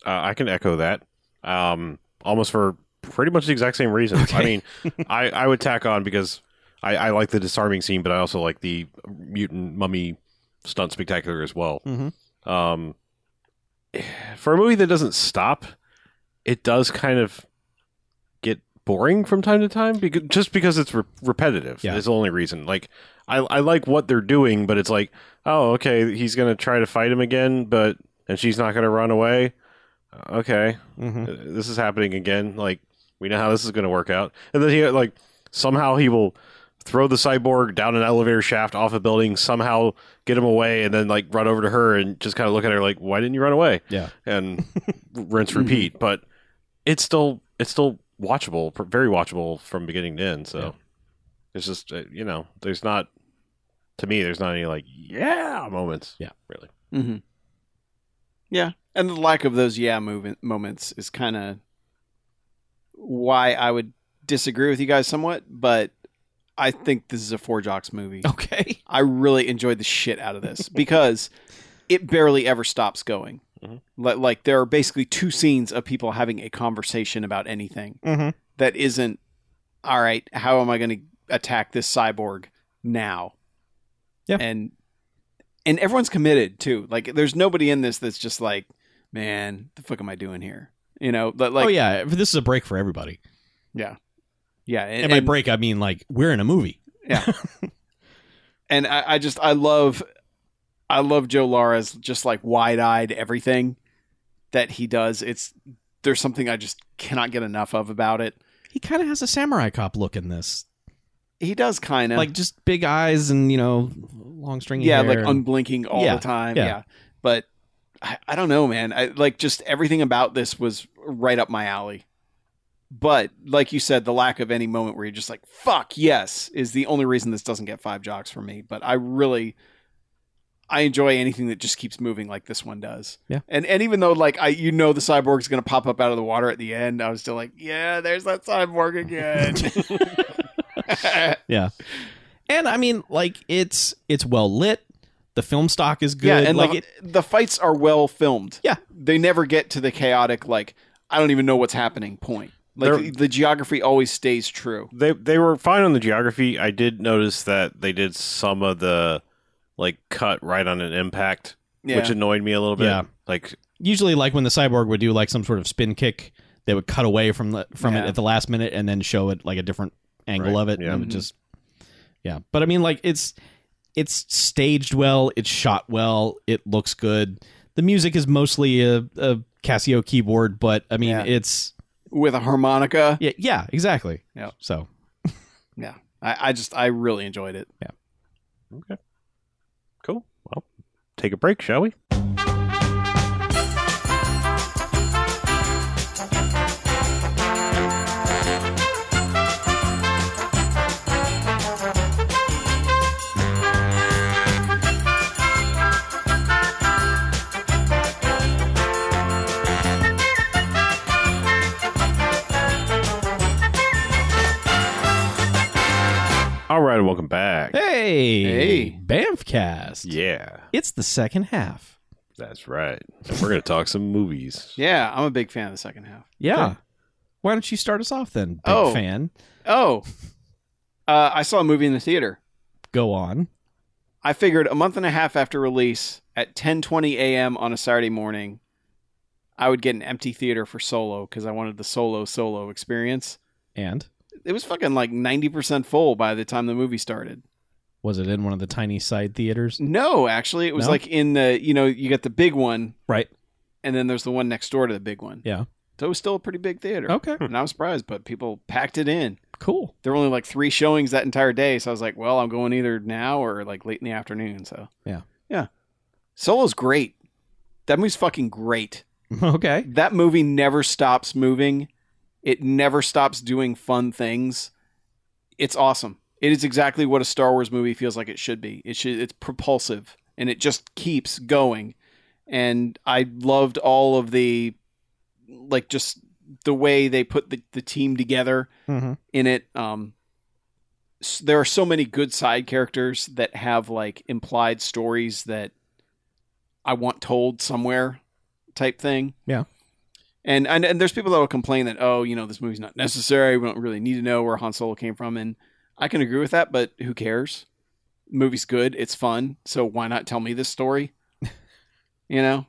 Uh, I can echo that. Um, almost for pretty much the exact same reason. I mean, I, I would tack on because I, I like the disarming scene, but I also like the mutant mummy stunt spectacular as well.
Mhm.
Um, for a movie that doesn't stop, it does kind of get boring from time to time because just because it's re- repetitive
Yeah.
is the only reason. Like, I, I like what they're doing, but it's like, oh, okay, he's gonna try to fight him again, but and she's not gonna run away. Okay,
Mm-hmm.
uh, this is happening again. Like we know how this is going to work out. And then he like somehow he will throw the cyborg down an elevator shaft off a building, somehow get him away, and then like run over to her and just kind of look at her like, "Why didn't you run away?"
Yeah. <laughs>
and rinse repeat. But it's still it's still watchable, pr- very watchable from beginning to end. So
Yeah.
it's just uh, you know, there's not to me, there's not any like yeah moments.
Yeah.
really.
Mm-hmm. Yeah, and the lack of those yeah movement moments is kind of why I would disagree with you guys somewhat. But I think this is a four jocks movie.
Okay.
I really enjoyed the shit out of
<laughs>
this because it barely ever stops going.
Mm-hmm.
Mhm.
Li- Like there are basically two scenes of people having a conversation about anything
Mm-hmm.
that isn't all right. How am I going to attack this cyborg now?
Yeah.
and and everyone's committed too. Like there's nobody in this that's just like, man, the fuck am I doing here? You know, but <laughs> like
oh yeah, this is a break for everybody.
yeah. And,
And by
and-
break, I mean like we're in a movie.
and I, I just I love I love Joe Lara's just like wide eyed everything that he does. It's there's something I just cannot get enough of about it.
He kind of has a samurai cop look in this,
He does kind of
like just big eyes and you know long stringy
yeah,
hair
like
and-
unblinking all
Yeah,
the time.
yeah.
Yeah. But I, I don't know, man. I like just everything about this was right up my alley. But like you said, the lack of any moment where you're just like, fuck yes, is the only reason this doesn't get five jocks for me. But I really I enjoy anything that just keeps moving like this one does.
Yeah.
And and even though like I you know the cyborg's gonna pop up out of the water at the end, I was still like, Yeah, there's that cyborg <laughs>
<laughs>
again.
yeah. And I mean, like it's it's well lit. The film stock is good.
Yeah, and
like
the,
it,
the fights are well filmed.
Yeah.
they never get to the chaotic like I don't even know what's happening point. Like
They're-
the, the geography always stays true.
They they were fine on the geography. I did notice that they did some of the like cut right on an impact,
Yeah,
which annoyed me a little bit.
Yeah.
Like
usually like when the cyborg would do like some sort of spin kick, they would cut away from the from
Yeah.
it at the last minute and then show it like a different angle
Right,
of it.
yeah.
And it would
Mhm.
just yeah. But I mean, like it's it's staged well. It's shot well. It looks good. The music is mostly a, a Casio keyboard, but I mean,
Yeah.
it's
with a harmonica.
yeah, yeah, exactly.
Yeah.
So
I, I just I really enjoyed it.
cool. Well, take a break, shall we? All right, welcome back.
hey,
Hey.
Bamfcast.
Yeah,
It's the second half.
that's right. And we're gonna talk some <laughs> movies.
Yeah, I'm a big fan of the second half.
Yeah. Why don't you start us off then, big
Oh.
fan?
Oh, uh, I saw a movie in the theater.
Go on.
I figured a month and a half after release at 10:20 a.m. on a Saturday morning, I would get an empty theater for Solo because I wanted the Solo solo experience.
And
It was fucking like 90% full by the time the movie started.
was it in one of the tiny side theaters?
No, actually, it was
No?
like in the you know you got the big one,
Right.
and then there's the one next door to the big one.
Yeah. Oh.
so it was still a pretty big theater.
Okay.
Hmm.
And I was surprised, but people packed it in.
Cool. <laughs>
There were only like three showings that entire day, so I was like, well, I'm going either now or like late in the afternoon. So
Yeah.
yeah. Solo's great. That movie's fucking great.
Okay.
That movie never stops moving. It never stops doing fun things. It's awesome. It is exactly what a Star Wars movie feels like it should be. It should it's propulsive and it just keeps going. And I loved all of the like just the way they put the, the team together
Mm-hmm.
in it. Um, s- there are so many good side characters that have like implied stories that I want told somewhere, type thing.
Yeah.
And, and and there's people that will complain that oh you know this movie's not necessary we don't really need to know where Han Solo came from and I can agree with that but who cares? The movie's good, it's fun, so why not tell me this
<laughs>
story? you know.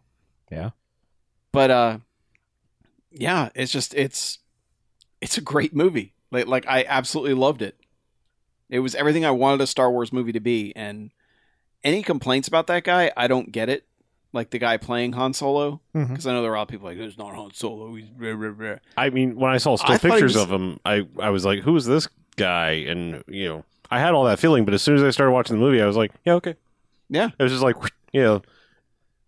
Yeah.
But uh, yeah, it's just it's it's a great movie. Like like I absolutely loved it. It was everything I wanted a Star Wars movie to be and any complaints about that guy, I don't get it. Like the guy playing Han Solo,
Mhm.
because I know there are a lot of people like, "It's not Han Solo." He's blah, blah, blah."
I mean, when I saw still
I thought he
pictures
was-
of him, I I was like, who's this guy? And you know, I had all that feeling, but as soon as I started watching the movie, I was like, yeah, okay,
Yeah.
It was just like, <laughs> you know,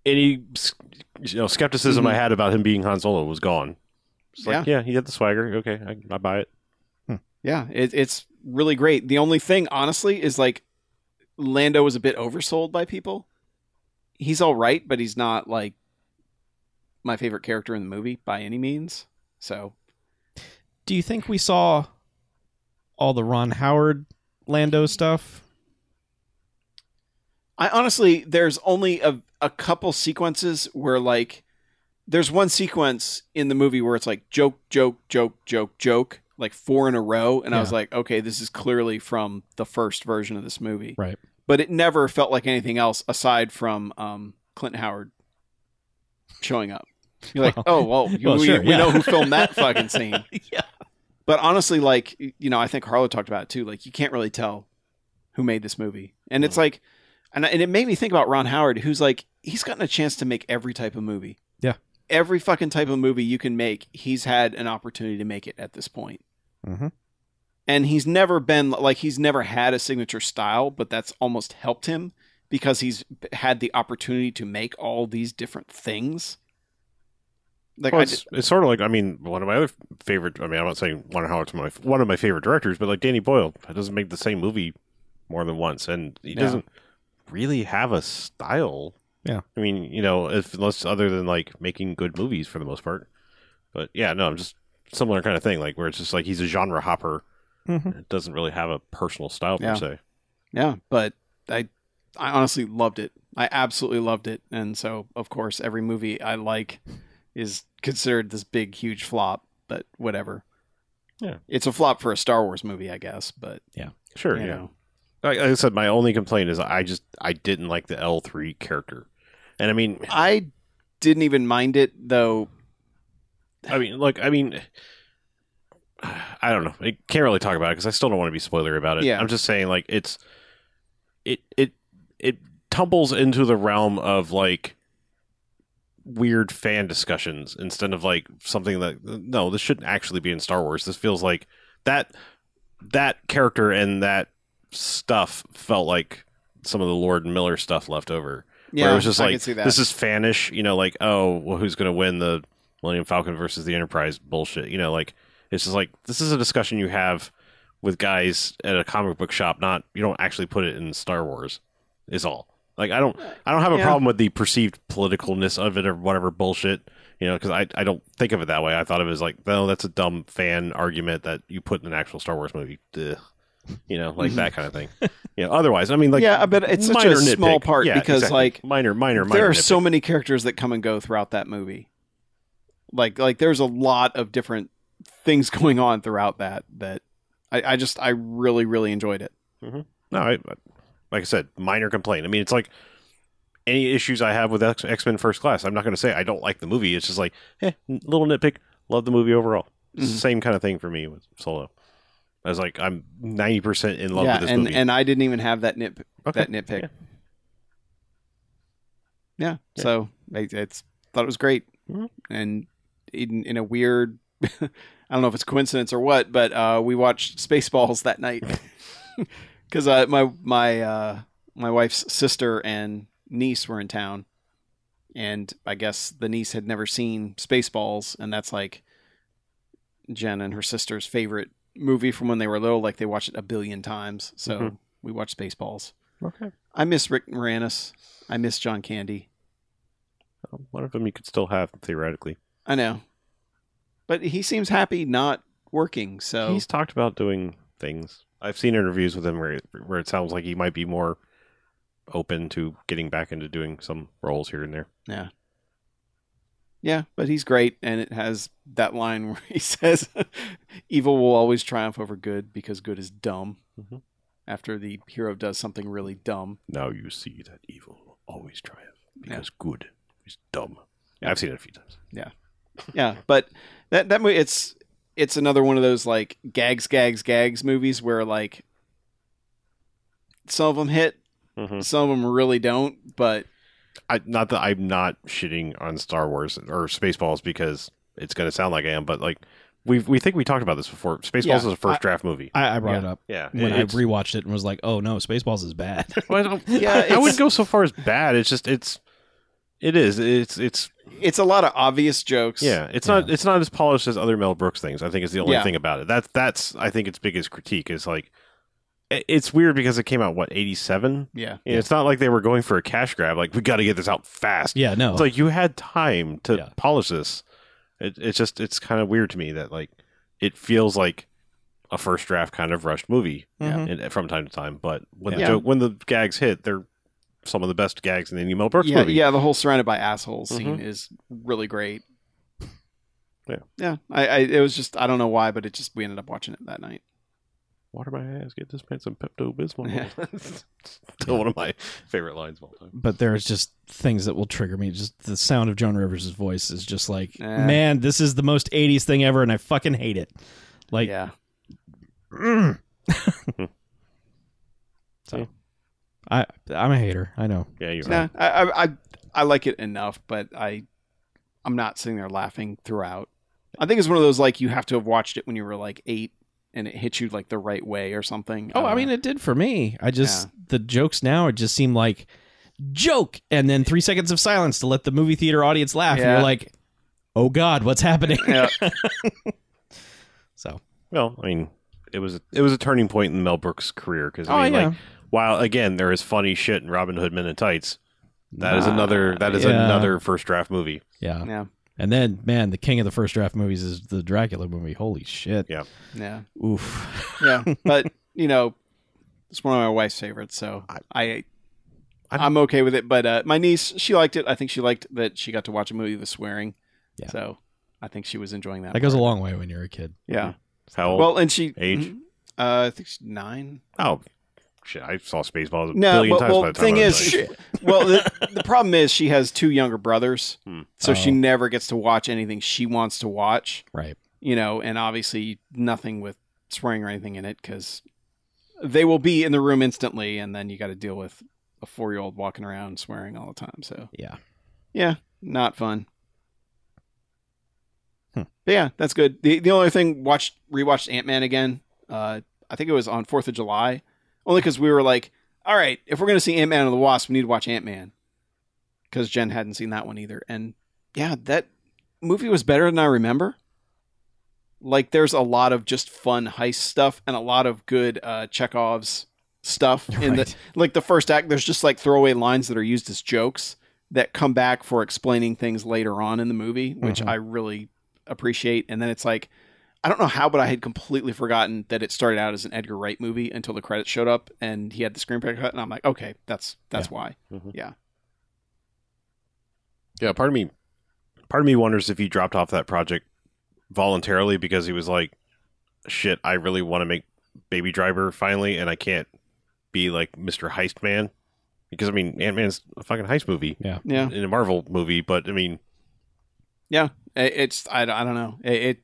any s- you know skepticism I had about him being Han Solo was gone. It's like, Mm-hmm. yeah, he had the swagger. Okay, I, I buy it.
Yeah, it, it's really great. The only thing, honestly, is like Lando was a bit oversold by people. He's all right, but he's not like my favorite character in the movie by any means. So
Do you think we saw all the Ron Howard Lando stuff?
I honestly, there's only a, a couple sequences where like, there's one sequence in the movie where it's like joke, joke, joke, joke, joke, like four in a row, and I was
Yeah.
like, okay, this is clearly from the first version of this movie,
Right.
But it never felt like anything else aside from um, Clint Howard showing up. You're like,
Well-
oh well, you,
well,
we,
sure,
we
yeah.
know who filmed that fucking
<laughs>
scene.
yeah.
But honestly, like
Mm.
you know, I think Harlow talked about it too. Like you can't really tell who made this movie, and it's like and and it made me think about Ron Howard, who's like he's gotten a chance to make every type of movie.
Yeah.
every fucking type of movie you can make, he's had an opportunity to make it at this point.
Mm-hmm.
And he's never been like he's never had a signature style, but that's almost helped him because he's had the opportunity to make all these different things. Like
Well,
I
it's, it's sort of like I mean one of my other favorite. I mean I'm not saying Warner Howard's my one of my favorite directors, but like Danny Boyle doesn't make the same movie more than once, and he
Yeah.
doesn't really have a style.
Yeah.
I mean you know if unless other than like making good movies for the most part, but yeah no I'm just similar kind of thing like where it's just like he's a genre hopper.
Mhm.
It doesn't really have a personal style per
Yeah.
se.
Yeah, but I I honestly loved it. I absolutely loved it. And so, of course, every movie I like is considered this big huge flop, but whatever.
Yeah.
It's a flop for a Star Wars movie, I guess, but
Sure,
you
yeah.
know.
Like, like I said, my only complaint is I just I didn't like the L three character, and I mean
I didn't even mind it though.
I mean, look, I mean, I don't know. I can't really talk about it because I still don't want to be spoilery about it.
Yeah.
I'm just saying, like, it's it it it tumbles into the realm of like weird fan discussions instead of like something that no, this shouldn't actually be in Star Wars. This feels like that that character and that stuff felt like some of the Lord Miller stuff left over.
Yeah,
where it was just
I
like
can see that.
this is fanish, you know, like oh, well, who's going to win the Millennium Falcon versus the Enterprise bullshit? You know, like it's just like this is a discussion you have with guys at a comic book shop. Not you don't actually put it in Star Wars. Is all. Like I don't I don't have a
Yeah.
problem with the perceived politicalness of it or whatever bullshit. You know, because I I don't think of it that way. I thought of it as like no, that's a dumb fan argument that you put in an actual Star Wars movie. Duh. You know,
<laughs>
like that kind of thing. You know, otherwise, I mean, like
yeah, but it's such a
minor
small
nitpick.
part
Yeah,
because
exactly.
like
minor, minor, minor.
there are
nitpick.
so many characters that come and go throughout that movie. Like like there's a lot of different things <laughs> going on throughout that that I, I just I really really enjoyed it.
no, I, like I said, minor complaint. I mean, it's like any issues I have with X Men First Class. I'm not going to say I don't like the movie. It's just like, eh, little nitpick. Love the movie overall. It's the
Mhm.
Same kind of thing for me with Solo. I was like, I'm 90 percent in love
yeah,
with this
and
movie.
and I didn't even have that nit
Okay.
that nitpick.
Yeah.
Yeah. So I it's thought it was great,
Mhm.
and in in a weird, <laughs> I don't know if it's coincidence or what, but uh, we watched Spaceballs that <laughs> night because uh, my my uh, my wife's sister and niece were in town, and I guess the niece had never seen Spaceballs, and that's like Jen and her sister's favorite movie from when they were little. Like they watched it a billion times, so
Mhm.
we watched Spaceballs.
okay,
I miss Rick Moranis. I miss John Candy.
Well, one of them you could still have theoretically.
I know. But he seems happy not working, so
He's talked about doing things. I've seen interviews with him where where it sounds like he might be more open to getting back into doing some roles here and there.
yeah, but he's great and it has that line <laughs> where he says evil will always triumph over good because good is dumb.
Mhm.
After the hero does something really dumb.
Now you see that evil will always triumph
because
good is dumb. I've seen it a few times.
Yeah, but that that movie it's it's another one of those like gags gags gags movies where like some of them hit,
Mm.
some of them really don't, but
I, not that I'm not shitting on Star Wars or Spaceballs because it's going to sound like I am, but like we we think we talked about this before. Spaceballs
Yeah,
is a first draft movie.
I, I brought it up
yeah,
when I
it's-
rewatched it and was like, "Oh no, Spaceballs is bad." <laughs>
Well, I <laughs> don't-
Yeah,
I- I
it's-
wouldn't go so far as bad. It's just it's it is it's it's
it's a lot of obvious jokes.
Yeah, it's
Yeah.
not it's not as polished as other Mel Brooks things. I think is the only
Yeah.
thing about it. That's that's I think its biggest critique is like i- it's weird because it came out what eighty seven.
Yeah.
Yeah. It's not like they were going for a cash grab. Like we got to get this out fast.
yeah, no,
It's like you had time to
Yeah.
polish this. It, it's just it's kind of weird to me that like it feels like a first draft kind of rushed movie
Mm-hmm.
Yeah.
and, from time to time. But when the
Yeah.
joke, when the gags hit, they're some of the best gags in any Mel Brooks
yeah,
movie.
yeah, the whole surrounded by assholes
Mm-hmm.
scene is really great.
Yeah.
yeah. I, I, it was just I don't know why, but it just we ended up watching it that night.
water my ass, get this man some Pepto
Yeah.
<laughs> Bismol. Still one of my favorite lines of all time.
but there's just things that will trigger me. Just the sound of Joan Rivers' voice is just like,
Eh.
man, this is the most '80s thing ever, and I fucking hate it. Like, <laughs>
yeah,
mm. so
Hmm. Yeah.
I I'm a hater. I know.
Yeah, you're
Nah,
right.
I, I I I like it enough, but I I'm not sitting there laughing throughout. I think it's one of those like you have to have watched it when you were like eight and it hit you like the right way or something.
Oh, I
don't
mean,
know.
it did for me. I just the jokes now it just seem like joke, and then three seconds of silence to let the movie theater audience laugh. And
Yeah.
you're like, oh god, what's happening? <laughs>
yeah,
So
Well, I mean, it was it was a turning point in Mel Brooks' career because
Oh,
I mean,
yeah.
like while again there is funny shit in Robin Hood Men in Tights, that is another that is
yeah.
another first draft movie.
<laughs> yeah,
yeah,
and then man, the king of the first draft movies is the Dracula movie. Holy shit!
Yeah.
yeah,
Oof.
yeah. But you know, it's one of my wife's favorites, so I. I am okay with it, but uh, my niece, she liked it. I think she liked that she got to watch a movie with swearing.
Yeah.
So I think she was enjoying that.
That goes a
part.
long way when you're a kid.
Yeah.
How old?
Well, and she
Age?
Uh, I think she's nine.
oh shit, I saw Spaceballs a
No,
billion
well,
times
well,
by the time
thing
I
is,
was
she,
like,
well, the, the problem is she has two younger brothers,
Hmm.
so she
Oh.
never gets to watch anything she wants to watch.
Right.
You know, and obviously nothing with swearing or anything in it because they will be in the room instantly, and then you got to deal with a four-year-old walking around swearing all the time. So
Yeah.
yeah, not fun.
Hmm.
But yeah, that's good. The the only thing watched rewatched Ant Man again. Uh, I think it was on Fourth of July, only because we were like, all right, if we're gonna see Ant Man and the Wasp, we need to watch Ant Man, because Jen hadn't seen that one either. And yeah, that movie was better than I remember. Like, there's a lot of just fun heist stuff and a lot of good uh, Chekhov's stuff in the
Right.
like the first act. There's just like throwaway lines that are used as jokes that come back for explaining things later on in the movie, which
Mm-hmm.
Mhm.
I really appreciate. And then it's like, I don't know how, but I had completely forgotten that it started out as an Edgar Wright movie until the credits showed up and he had the screenplay cut, and I'm like, okay, that's that's why.
yeah, part of me, part of me wonders if he dropped off that project voluntarily because he was like, shit, I really want to make Baby Driver finally, and I can't be like Mister Heist Man because I mean Ant Man's a fucking heist movie.
Yeah,
in a Marvel movie, but I mean,
It- it's I, I don't know. It, it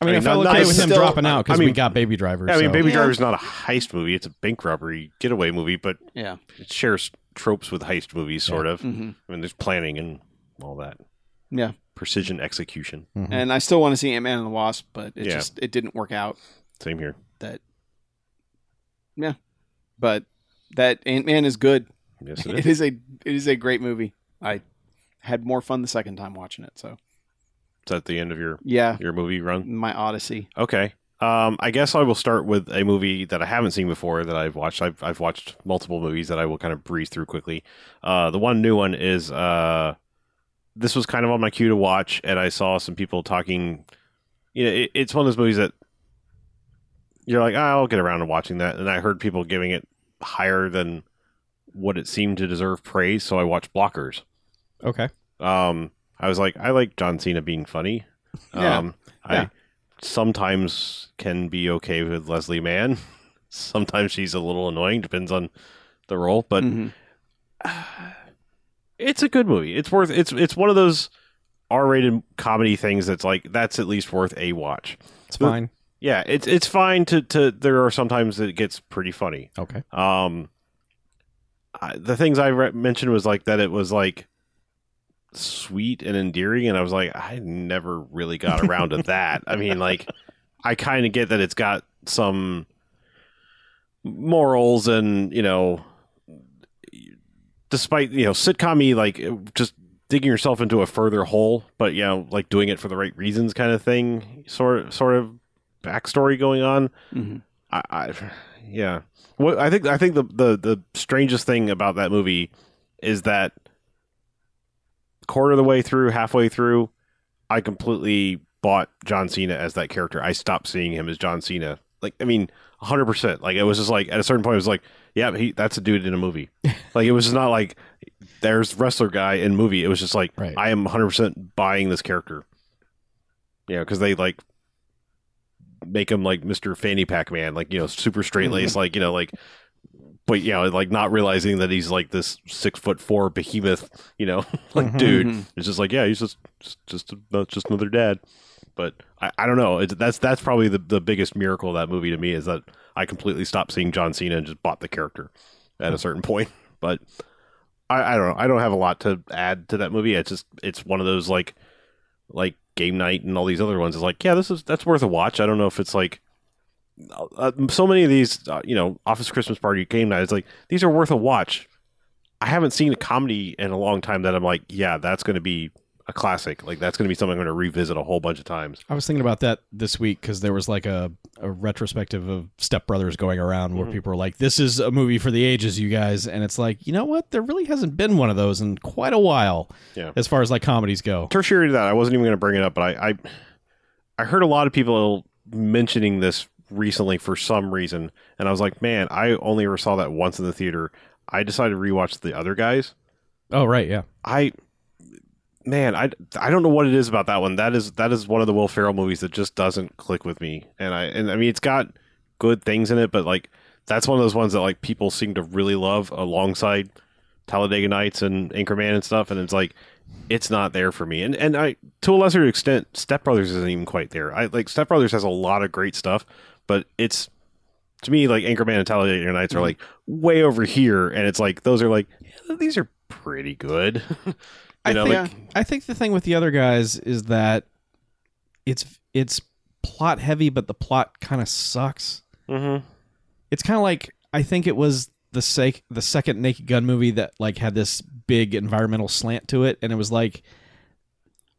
I mean,
I
I,
mean,
felt
not-
okay
not-
with him
still-
dropping out because
I mean-
we got Baby Driver.
I mean,
so-
Baby
Yeah.
Driver's not a heist movie; it's a bank robbery getaway movie, but
yeah.
it shares tropes with heist movies, sort of.
hmm
I mean, there's planning and all that.
Yeah.
precision execution.
Mhm.
And I still want to see Ant Man and the Wasp, but it
Yeah.
just it didn't work out.
Same here.
But that Ant Man is good.
Yes, it
<laughs> It
is.
is a it is a great movie. I had more fun the second time watching it. So
It's at the end of your
yeah,
your movie run.
Mm-hmm.
my Odyssey.
Okay. Um, I guess I will start with a movie that I haven't seen before that I've watched. I've, I've watched multiple movies that I will kind of breeze through quickly. Uh, the one new one is uh, this was kind of on my queue to watch, and I saw some people talking. You know, it, it's one of those movies that you're like, "Ah, I'll get around to watching that, and I heard people giving it higher than what it seemed to deserve praise, so I watched Blockers.
okay.
Um, I was like, I like John Cena being funny.
Yeah.
Um,
Yeah.
I sometimes can be okay with Leslie Mann. <laughs> sometimes she's a little annoying, depends on the role. But
Mhm.
it's a good movie. It's worth. It's it's one of those R-rated comedy things that's like that's at least worth a watch.
It's fine.
Yeah, it's it's fine to to. There are sometimes that it gets pretty funny.
Okay.
Um, I, the things I re- mentioned was like that it was like sweet and endearing, and I was like, I never really got around to that. I mean, like, I kind of get that it's got some morals, and you know, despite you know sitcom like uh, just digging yourself into a further hole, but you know, like doing it for the right reasons, kind of thing. Sort sort of backstory going on.
Mhm.
I, I yeah. What I think I think the, the the strangest thing about that movie is that quarter of the way through, halfway through, I completely bought John Cena as that character. I stopped seeing him as John Cena. Like I mean, hundred percent. Like it was just like at a certain point, it was like, yeah, he that's a dude in a movie. like it was just not like there's wrestler guy in movie. It was just like
Right.
I am hundred percent buying this character. Yeah, because they like make him like Mr. Fanny Pack Man, like, you know, super straight laced, like, you know, like, but, you know, like not realizing that he's like this six foot four behemoth, you know, <laughs> like,
Mhm.
dude.
Mhm.
It's just like, yeah, he's just, just, just, that's just another dad. But I, I don't know. It's, that's, that's probably the, the biggest miracle of that movie to me is that I completely stopped seeing John Cena and just bought the character. at a certain <laughs> point. But I, I don't know. I don't have a lot to add to that movie. It's just it's one of those like like game night and all these other ones. It's like yeah, this is that's worth a watch. I don't know if it's like uh, so many of these uh, you know office Christmas party game night. It's like these are worth a watch. I haven't seen a comedy in a long time that I'm like yeah, that's going to be a classic. Like that's going to be something I'm going to revisit a whole bunch of times.
I was thinking about that this week because there was like a, a retrospective of Step Brothers going around where
Mhm.
people are like, "This is a movie for the ages, you guys," and it's like, you know what? There really hasn't been one of those in quite a while,
Yeah.
as far as like comedies go.
tertiary to that, I wasn't even going to bring it up, but I, I I heard a lot of people mentioning this recently for some reason, and I was like, man, I only ever saw that once in the theater. I decided to rewatch the other guys.
Oh right, yeah.
I man, I I don't know what it is about that one. That is that is one of the Will Ferrell movies that just doesn't click with me, and I and I mean it's got good things in it, but like that's one of those ones that like people seem to really love alongside Talladega Nights and Anchorman and stuff, and it's like it's not there for me. And and I to a lesser extent, Step Brothers isn't even quite there. I like Step Brothers has a lot of great stuff, but it's to me like Anchorman and Talladega Nights
Mm-hmm.
are like way over here, and it's like those are like yeah, these are pretty good. <laughs> you
I
know,
think,
like
I think the thing with the other guys is that it's it's plot heavy, but the plot kind of sucks.
mhm.
it's kind of like I think it was the sec- the second Naked Gun movie that like had this big environmental slant to it, and it was like,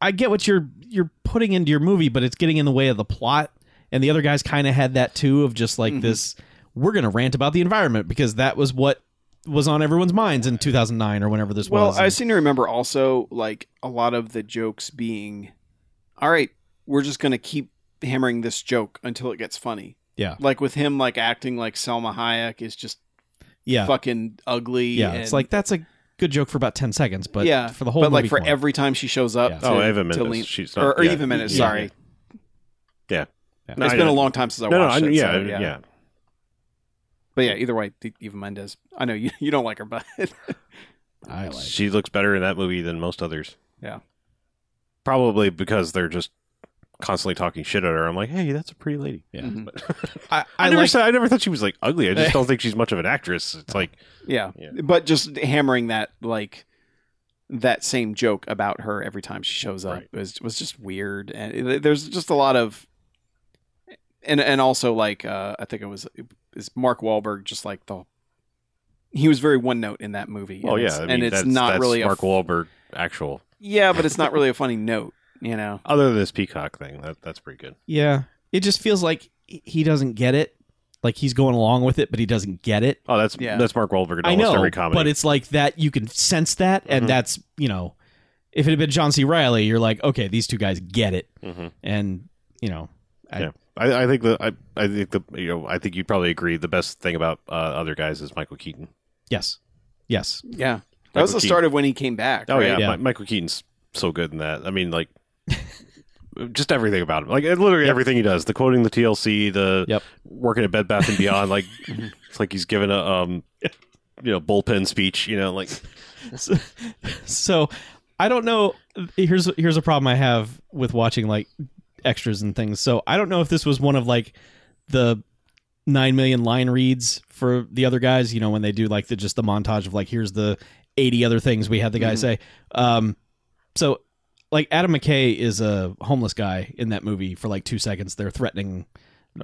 I get what you're you're putting into your movie, but it's getting in the way of the plot. And the other guys kind of had that too of just like
Mhm.
this, we're gonna rant about the environment because that was what was on everyone's minds in 2009 or whenever this
Well,
was.
I
And-
seem to remember also like a lot of the jokes being, all right, we're just gonna keep hammering this joke until it gets funny.
Yeah.
like with him like acting like Selma Hayek is just
yeah,
fucking ugly.
yeah.
and-
It's like that's a good joke for about 10 seconds, but
Yeah,
for the whole
but like
movie,
for
come on.
every time she shows up.
Yeah.
To,
oh, Eva
to
Mendes,
lean-
she's not
or, or
yeah.
Eva Mendes.
Yeah.
Sorry,
Yeah.
Yeah.
No,
it's
I
been a
know.
long time since I
No, no,
watched
I-
it.
yeah,
so,
yeah, yeah.
But yeah, either way, the- Eva Mendes. I know you, you don't like her, but <laughs>
I like.
She looks better in that movie than most others.
Yeah.
Probably because they're just constantly talking shit at her. I'm like, hey, that's a pretty lady.
Yeah.
Mhm.
I,
<laughs> I,
I
never
like
said, I never thought she was like ugly. I just don't think she's much of an actress. It's like,
yeah.
Yeah.
But just hammering that like that same joke about her every time she shows up
Right.
was was just weird, and it- there's just a lot of. And and also like uh, I think it was is Mark Wahlberg just like the he was very one note in that movie.
oh
and
yeah,
it's-
I mean,
and it's
that's,
not
that's
really
Mark
a,
Wahlberg actual.
yeah, but it's not really a funny note, you know.
Other than this peacock thing, that that's pretty good.
Yeah. It just feels like he- he doesn't get it. Like he's going along with it, but he doesn't get it.
Oh, that's
Yeah.
that's Mark Wahlberg in
I
almost
know,
every comedy.
but it's Mm-hmm. like that. You can sense that, and
Mhm.
that's you know, if it had been John C. Riley, you're like, okay, these two guys get it,
Mhm.
and you know,
I, I think the I, I think the you know I think you'd probably agree the best thing about uh, other guys is Michael Keaton.
yes, yes,
Yeah. That was
Michael
the
Keaton.
start of when he came back.
Oh
right?
yeah,
Yeah.
Mi- Michael Keaton's so good in that. I mean, like, <laughs> just everything about him. Like, literally everything he does. The quoting the TLC, the
Yep.
working at Bed Bath and
<laughs>
Beyond. Like, it's like he's giving a um, you know, bullpen speech. You know, like
so, so I don't know. Here's here's a problem I have with watching like extras and things. So I don't know if this was one of like the nine million line reads for the other guys. You know, when they do like the just the montage of like here's the eighty other things we had the guy
Mhm.
say. Um, so like Adam McKay is a homeless guy in that movie for like two seconds. They're threatening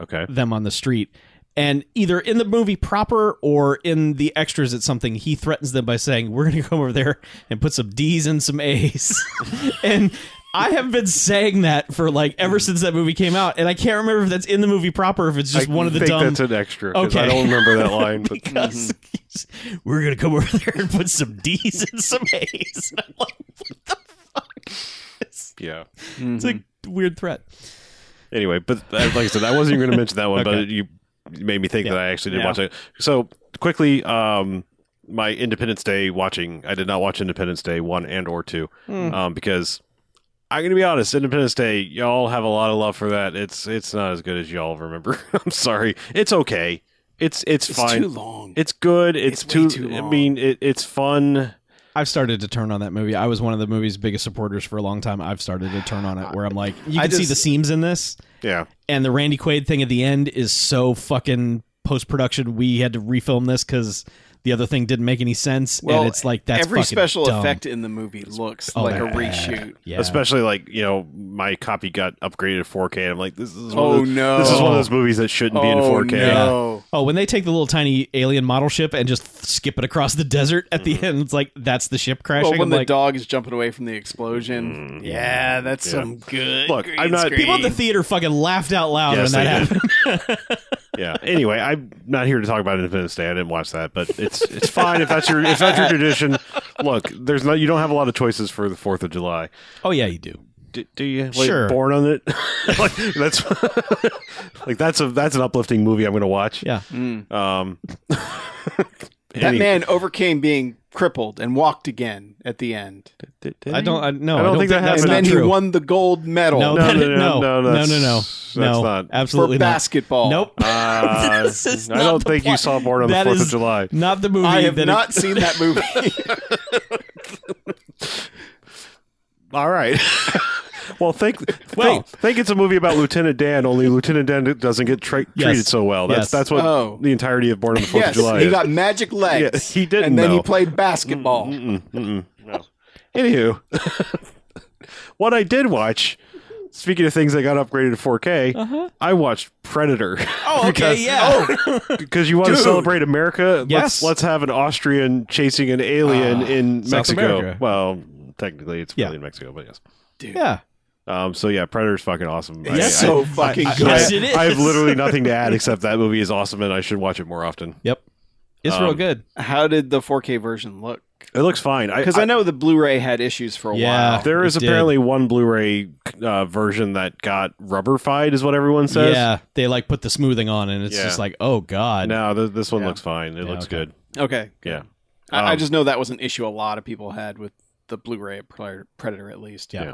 okay,
them on the street. And either in the movie proper or in the extras, it's something he threatens them by saying, "We're <laughs> going to go over there and put some D's and some A's." <laughs> and I have been saying that for like ever since that movie came out, and I can't remember if that's in the movie proper or if it's just
I
one of the
think
dumb. <laughs>
That's Mm-hmm. an extra. 'cause I
Okay.
don't remember that line.
<laughs>
But
because he's- we're going to come over <laughs> there and put some D's and some A's. <laughs> And I'm like, what the fuck? <laughs> It's,
yeah.
Mm-hmm.
it's a
Mm-hmm.
weird threat.
Anyway, but uh, like I said, I wasn't even going to mention that one,
Okay.
but you you made me think
Yeah.
that I actually did
Yeah.
watch it. So quickly, um, my Independence Day watching, I did not watch Independence Day one and or two,
Hmm.
um, because I'm going to be honest, Independence Day, y'all have a lot of love for that. It's it's not as good as y'all remember. <laughs> I'm sorry, it's okay. It's it's,
It's
fine.
too long.
It's good. It's,
It's way
too.
too
I
long.
mean, it, it's fun.
I've started to turn on that movie. I was one of the movie's biggest supporters for a long time. I've started to turn on it where I'm like, you can
I
see
just-
the seams in this,
Yeah.
and the Randy Quaid thing at the end is so fucking post production. We had to refilm this because The other thing didn't make any sense,
Well,
and it's like that's
Every
fucking
special
dumb.
effect in the movie looks
Oh,
like a
they're bad.
reshoot.
Yeah.
Especially like you know, my copy got upgraded to 4K. And I'm like, this is one
Oh
of those,
no!
this is one of those movies that shouldn't be in
Oh,
4K.
No.
Oh, when they take the little tiny alien model ship and just skip it across the desert at the end, it's like that's the ship crashing.
Mm-hmm. Well, when
I'm
the
like,
dog is jumping away from the explosion, yeah, that's
Mm, Yeah.
some good.
Look,
green
I'm not-
screen.
people at the theater fucking laughed out loud
Yes,
when that
they did.
happened. <laughs>
Yeah. Anyway, I'm not here to talk about Independence Day. I didn't watch that, but it's it's fine if that's your if that's your tradition. Look, there's no you don't have a lot of choices for the Fourth of July.
Oh yeah, you do.
Do, do you like,
Sure.
born on it? <laughs> like that's <laughs> like that's a that's an uplifting movie I'm going to watch.
Yeah.
Mm.
Um, <laughs>
That
any-
man overcame being crippled and walked again at the end,
Did- did
I
he?
don't. I, no,
I
I
don't
don't,
think that
that's
and
happened.
not
then
true.
he won the gold medal
No,
No,
that-
no,
no, no, no, no,
no, no,
no,
that's-
no,
that's not-
for
absolutely not.
basketball.
Nope. <laughs>
Uh,
This is
I
not
don't
the
think you
plot.
saw Born on
That
the Fourth of
is
July.
Not the movie.
I have
that <laughs>
not seen
<laughs>
that movie.
All right. <laughs> well, think
Well-
think, think it's a movie about Lieutenant Dan. Only Lieutenant Dan doesn't get tra-
Yes.
treated so well. That's
Yes.
that's what
Oh.
the entirety of Born on the Fourth
yes,
of July
he
is.
got magic legs.
Yeah, he didn't,
and then he
though.
played basketball.
Mm-mm, mm-mm, no. Anywho, <laughs> what I did watch. Speaking of things that got upgraded to 4K, I watched Predator.
Oh, okay,
Because-
yeah.
<laughs>
because you want to
Dude.
celebrate America. Let's,
Yes.
let's have an Austrian chasing an alien
Ah,
in
South
Mexico.
America.
Well, technically, it's
Yeah.
really in Mexico, but yes.
yeah.
Um, so yeah, Predator's fucking awesome. I-
Yes,
I-
so fucking
I,
good.
Yes, it is.
I have <laughs> literally nothing to add except that movie is awesome and I should watch it more often.
Yep. It's real
Um,
good.
How did the 4K version look?
It looks fine. I,
Because I, know the Blu-ray had issues for a
Yeah.
while.
there
It
is
did.
apparently one Blu-ray uh, version that got rubberified, is what everyone says.
Yeah. They like put the smoothing on, and it's
Yeah.
just like, oh god.
No, th- this one
Yeah.
looks fine. It
Yeah,
looks
okay.
good.
Okay,
Yeah.
I, I
Um,
just know that was an issue a lot of people had with the Blu-ray of Pre- Predator, at least.
Yeah.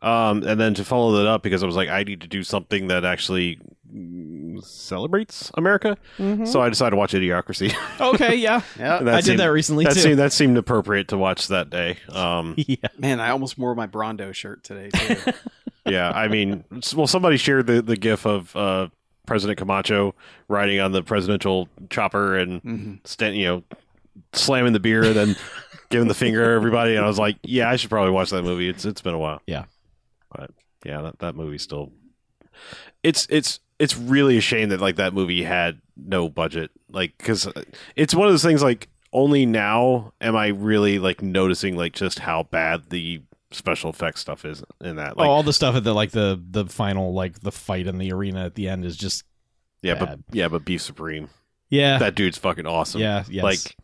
Um, and then to follow that up, because I was like, I need to do something that actually mm, celebrates America. So I decided to watch Idiocracy.
<laughs>
<laughs>
Okay. <laughs> Yeah.
Yeah.
And that
I did
seemed-
that recently
That
too.
seemed, that seemed appropriate to watch that day. Um,
<laughs> yeah.
Man, I almost wore my Brondo shirt today.
<laughs>
Too.
yeah, I mean, s- well, somebody shared the, the gif of uh, President Camacho riding on the presidential chopper and,
Mhm.
stand, you know, slamming the beer and then giving the finger to everybody. And I was like, yeah, I should probably watch that movie. It's It's been a while.
Yeah.
But yeah, that, that movie's still. It's, it's, it's really a shame that like that movie had no budget. Like, cause uh, it's one of those things like only now am I really like noticing like just how bad the special effects stuff is in that. Like,
oh, all the stuff at the like the the final like the fight in the arena at the end is just
Yeah,
bad.
but yeah, but Beef Supreme.
yeah.
That dude's fucking awesome.
yeah. Yes.
Like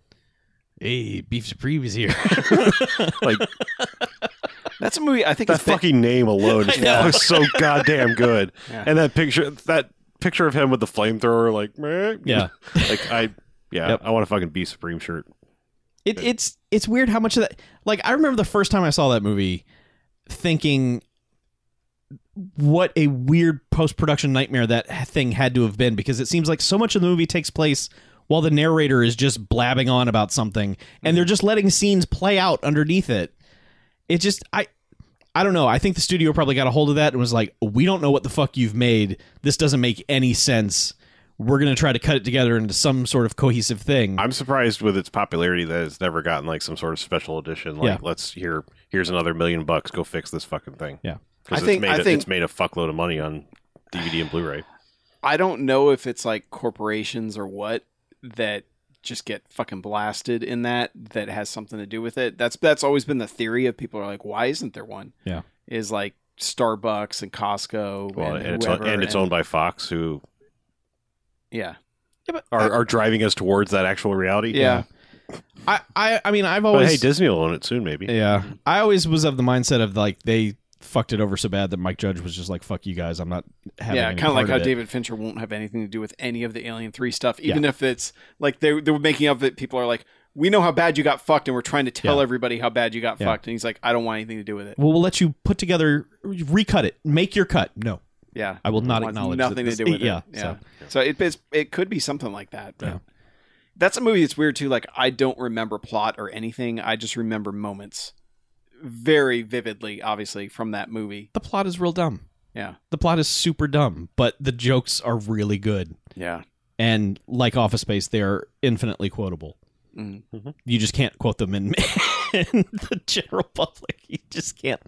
hey, Beef Supreme is here.
like
That's a movie. I think
that
it's been-
fucking
<laughs>
name alone is
know.
so goddamn good.
<laughs> Yeah.
And that picture that picture of him with the flamethrower, like meh.
yeah.
<laughs> Like I yeah,
Yep.
I want a fucking Beef Supreme shirt.
It, it's it's weird how much of that. Like I remember the first time I saw that movie, thinking, what a weird post production nightmare that thing had to have been because it seems like so much of the movie takes place while the narrator is just blabbing on about something and
Mm-hmm.
they're just letting scenes play out underneath it. It just I. I don't know. I think the studio probably got a hold of that and was like, "We don't know what the fuck you've made. This doesn't make any sense. We're going to try to cut it together into some sort of cohesive thing."
I'm surprised with its popularity that it's never gotten like some sort of special edition. Like
Yeah.
let's here here's another million bucks, go fix this fucking thing.
Yeah.
I
Because it's
think-
made
I
a,
think-
it's made a fuckload of money on DVD and Blu-ray.
I don't know if it's like corporations or what that just get fucking blasted in that that has something to do with it. That's that's always been the theory of people are like, why isn't there one?
Yeah.
is like Starbucks and Costco
Well,
and,
and, it's
whoever,
and it's owned by Fox, who
Yeah,
are, are driving us towards that actual reality.
yeah.
I, I, I mean, I've
But
always
hey, Disney will own it soon, maybe.
Yeah. I always was of the mindset of like they fucked it over so bad that Mike Judge was just like, fuck you guys, I'm not having
yeah,
any
kind of like
part
how
it.
David Fincher won't have anything to do with any of the Alien Three stuff, even if it's like they they were making up that people are like, we know how bad you got fucked, and we're trying to tell
Yeah.
everybody how bad you got
Yeah.
fucked, and he's like, I don't want anything to do with it.
Well, we'll let you put together recut it. Make your cut. No.
Yeah,
I will not
Wants
acknowledge that
nothing
this-
to do with
yeah,
it. Yeah,
so-
so it it's, it could be something like that. But
Yeah.
that's a movie that's weird too. Like I don't remember plot or anything. I just remember moments very vividly, obviously from that movie.
The plot is real dumb.
Yeah.
The plot is super dumb, but the jokes are really good.
Yeah,
And like Office Space, they are infinitely quotable.
<laughs> Mm.
You just can't quote them in, <laughs> in the general public. You just can't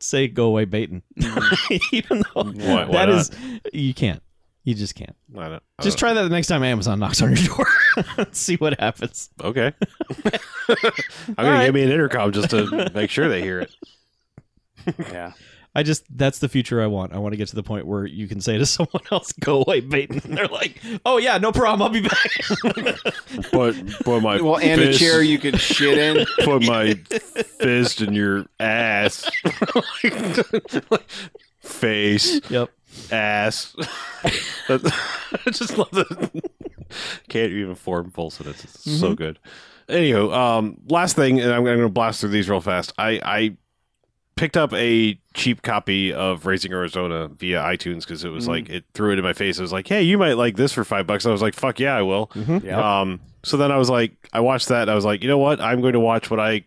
say "go away, Baton," <laughs> even though
Why- why
that
not? Oh.
is you can't. You just can't.
I don't, I
Just try that the next time Amazon knocks on your door. <laughs> See what happens.
don't-
<laughs>
okay. <laughs> I'm gonna
right.
give me an intercom just to make sure they hear it.
Yeah.
I just that's the future I want. I want to get to the point where you can say to <laughs> someone else, "Go away, Baton," and they're like, "Oh yeah, no problem. I'll be back." <laughs>
But but my
Well, and a
fist-
chair you could shit in.
put my fist in your
<laughs>
ass, face,
yep.
ass. <laughs> That's- <laughs> I just love the <laughs> can't even form full sentences. It's So good. Anywho, um, last thing, and I'm, going to blast through these real fast. I I picked up a cheap copy of Raising Arizona via iTunes because it was
Mm.
like it threw it in my face. It was like, hey, you might like this for five bucks. I was like, fuck yeah, I will.
<laughs> Yeah.
Um, so then I was like, I watched that. And I was like, you know what? I'm going to watch what I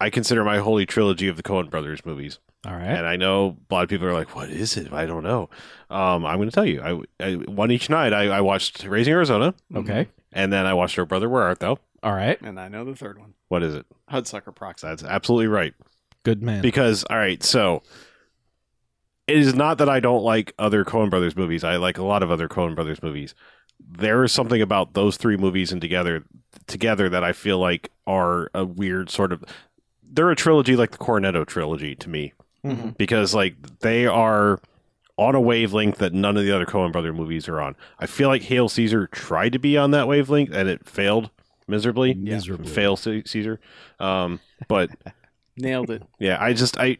I consider my holy trilogy of the Coen Brothers movies.
All
And I know a lot of people are like, "What is it?" I don't know. Um, I'm going to tell you. I, I one each night. I, I watched Raising Arizona,
Okay.
and then I watched Oh Brother, Where Art Thou?
All right.
And I know the third one.
What is it?
Hudsucker Proxy.
That's absolutely right.
Good man.
Because all right, so it is not that I don't like other Coen Brothers movies. I like a lot of other Coen Brothers movies. There is something about those three movies and together together that I feel like are a weird sort of they're a trilogy like the Cornetto trilogy to me.
Mhm.
Because like they are on a wavelength that none of the other Coen brother movies are on. I feel like Hail Caesar tried to be on that wavelength and it failed miserably.
Miserably.
Fail Ce- Caesar. Um, but
Nailed
<laughs>
it.
yeah, I just I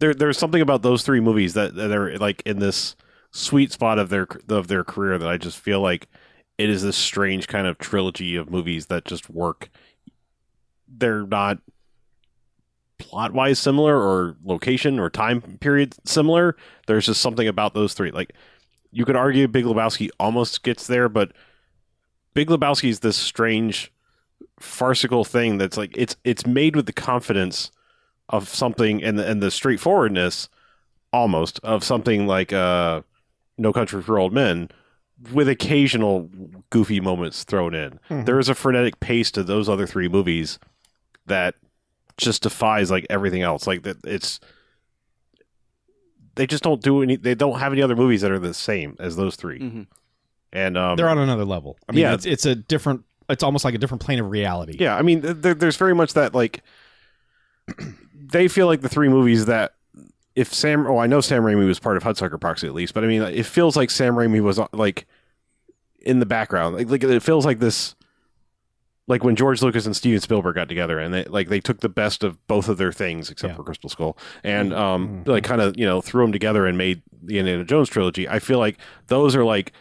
there there's something about those three movies that that are like in this sweet spot of their of their career that I just feel like it is this strange kind of trilogy of movies that just work. They're not plot wise similar or location or time period similar. There's just something about those three. Like you could argue Big Lebowski almost gets there, but Big Lebowski is this strange farcical thing that's like it's it's made with the confidence of something and the, and the straightforwardness almost of something like uh no country for old men with occasional goofy moments thrown in
Mhm.
There is a frenetic pace to those other three movies that just defies like everything else like that it's they just don't do any they don't have any other movies that are the same as those 3
Mhm.
and um
they're on another level. I mean,
Yeah.
it's, it's a different. It's almost like a different plane of reality.
Yeah, I mean, th- there, there's very much that like <clears throat> they feel like the three movies that if Sam, oh, I know Sam Raimi was part of Hudsucker Proxy at least, but I mean, it feels like Sam Raimi was uh, like in the background. Like, like it feels like this, like when George Lucas and Steven Spielberg got together, and they like they took the best of both of their things except
Yeah.
for Crystal Skull, and um, like kind of you know threw them together and made the Indiana Jones trilogy. I feel like those are like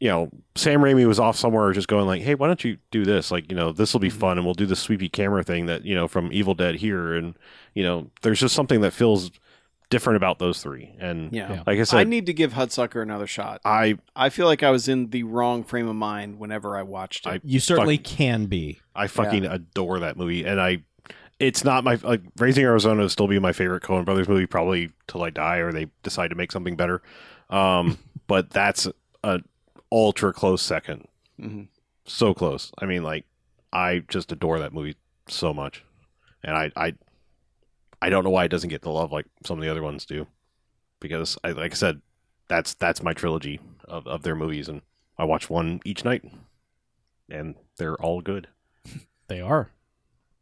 you know, Sam Raimi was off somewhere just going like, "Hey, why don't you do this? Like, you know, this will be fun, and we'll do the sweepy camera thing that you know from Evil Dead here." And you know, there's just something that feels different about those three. And
Yeah.
Yeah.
like I
I
said,
need to give Hudsucker another shot.
I
I feel like I was in the wrong frame of mind whenever I watched it.
You certainly can be.
I fucking adore that movie, and I it's not my like Raising Arizona will still be my favorite Coen Brothers movie probably till I die or they decide to make something better. Um, but that's a ultra close second,
Mhm.
so close. I mean, like I just adore that movie so much, and I I I don't know why it doesn't get the love like some of the other ones do, because I like I said that's that's my trilogy of of their movies, and I watch one each night, and they're all good.
They are.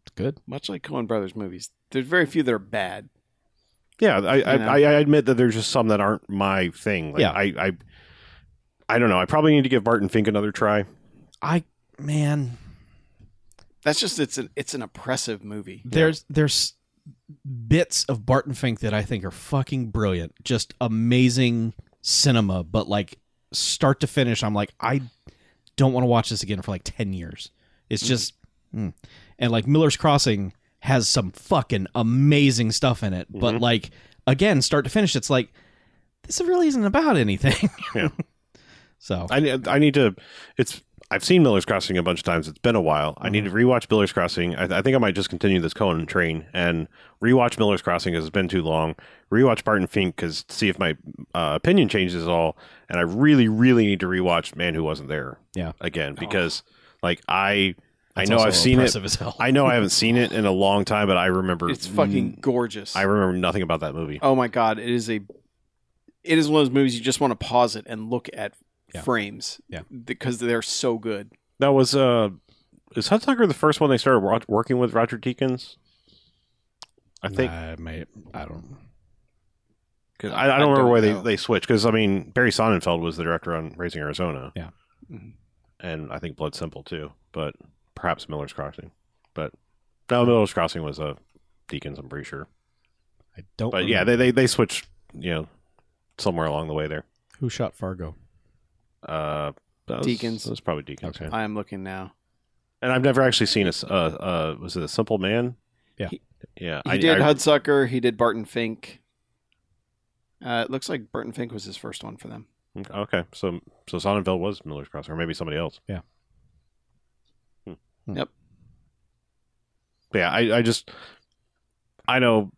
It's good.
Much like Coen Brothers movies, there's very few that are bad.
Yeah, I I,
know?
I I admit that there's just some that aren't my thing. Like,
Yeah.
I, I I don't know. I probably need to give Barton Fink another try.
I man,
That's just it's an it's an oppressive movie.
there's there's bits of Barton Fink that I think are fucking brilliant. Just amazing cinema, but like start to finish, I'm like, I don't want to watch this again for like ten years. It's just mm. and like Miller's Crossing has some fucking amazing stuff in it. But
Mhm.
like again, start to finish, it's like this really isn't about anything. <laughs>
Yeah.
so
I ne- I need to. It's I've seen Miller's Crossing a bunch of times. It's been a while. I need to
Mm-hmm.
rewatch Miller's Crossing. I, I think I might just continue this Conan train and rewatch Miller's Crossing because it's been too long. Rewatch Barton Fink because see if my uh, opinion changes at all. And I really really need to rewatch Man Who Wasn't There.
Yeah. Oh.
Again because Like I,
That's
I know
also
I've seen it.
oppressive As hell.
I know I haven't seen it in a long time, but I remember.
It's fucking gorgeous.
mm, I remember nothing about that movie.
oh my god, it is a. It is one of those movies you just want to pause it and look at
Yeah.
frames.
Yeah.
Because they're so good.
That was uh, is Hudsucker the first one they started ro- working with Roger Deakins? I think
I, may, I don't.
'cause I, I
I
don't remember
don't
why they,
know.
they switched because I mean Barry Sonnenfeld was the director on Raising Arizona.
Yeah.
Mhm.
and I think Blood Simple too, but perhaps Miller's Crossing. But no, Miller's Crossing was a uh, Deakins, I'm pretty sure.
I don't.
But yeah,
remember
they, they they switched you know somewhere along the way there.
who shot Fargo?
Uh, that was,
Deakins.
That was probably Deakins.
Okay.
yeah.
I am looking now.
And I've never actually seen a s- uh, uh was it a Simple Man?
Yeah.
He-
yeah.
He did Hudsucker. He did Barton Fink. Uh, it looks like Barton Fink was his first one for them.
Okay, so so Sonnenfeld was Miller's Crossing, or maybe somebody else.
Yeah.
Hmm.
Yep.
But yeah, I, I just I know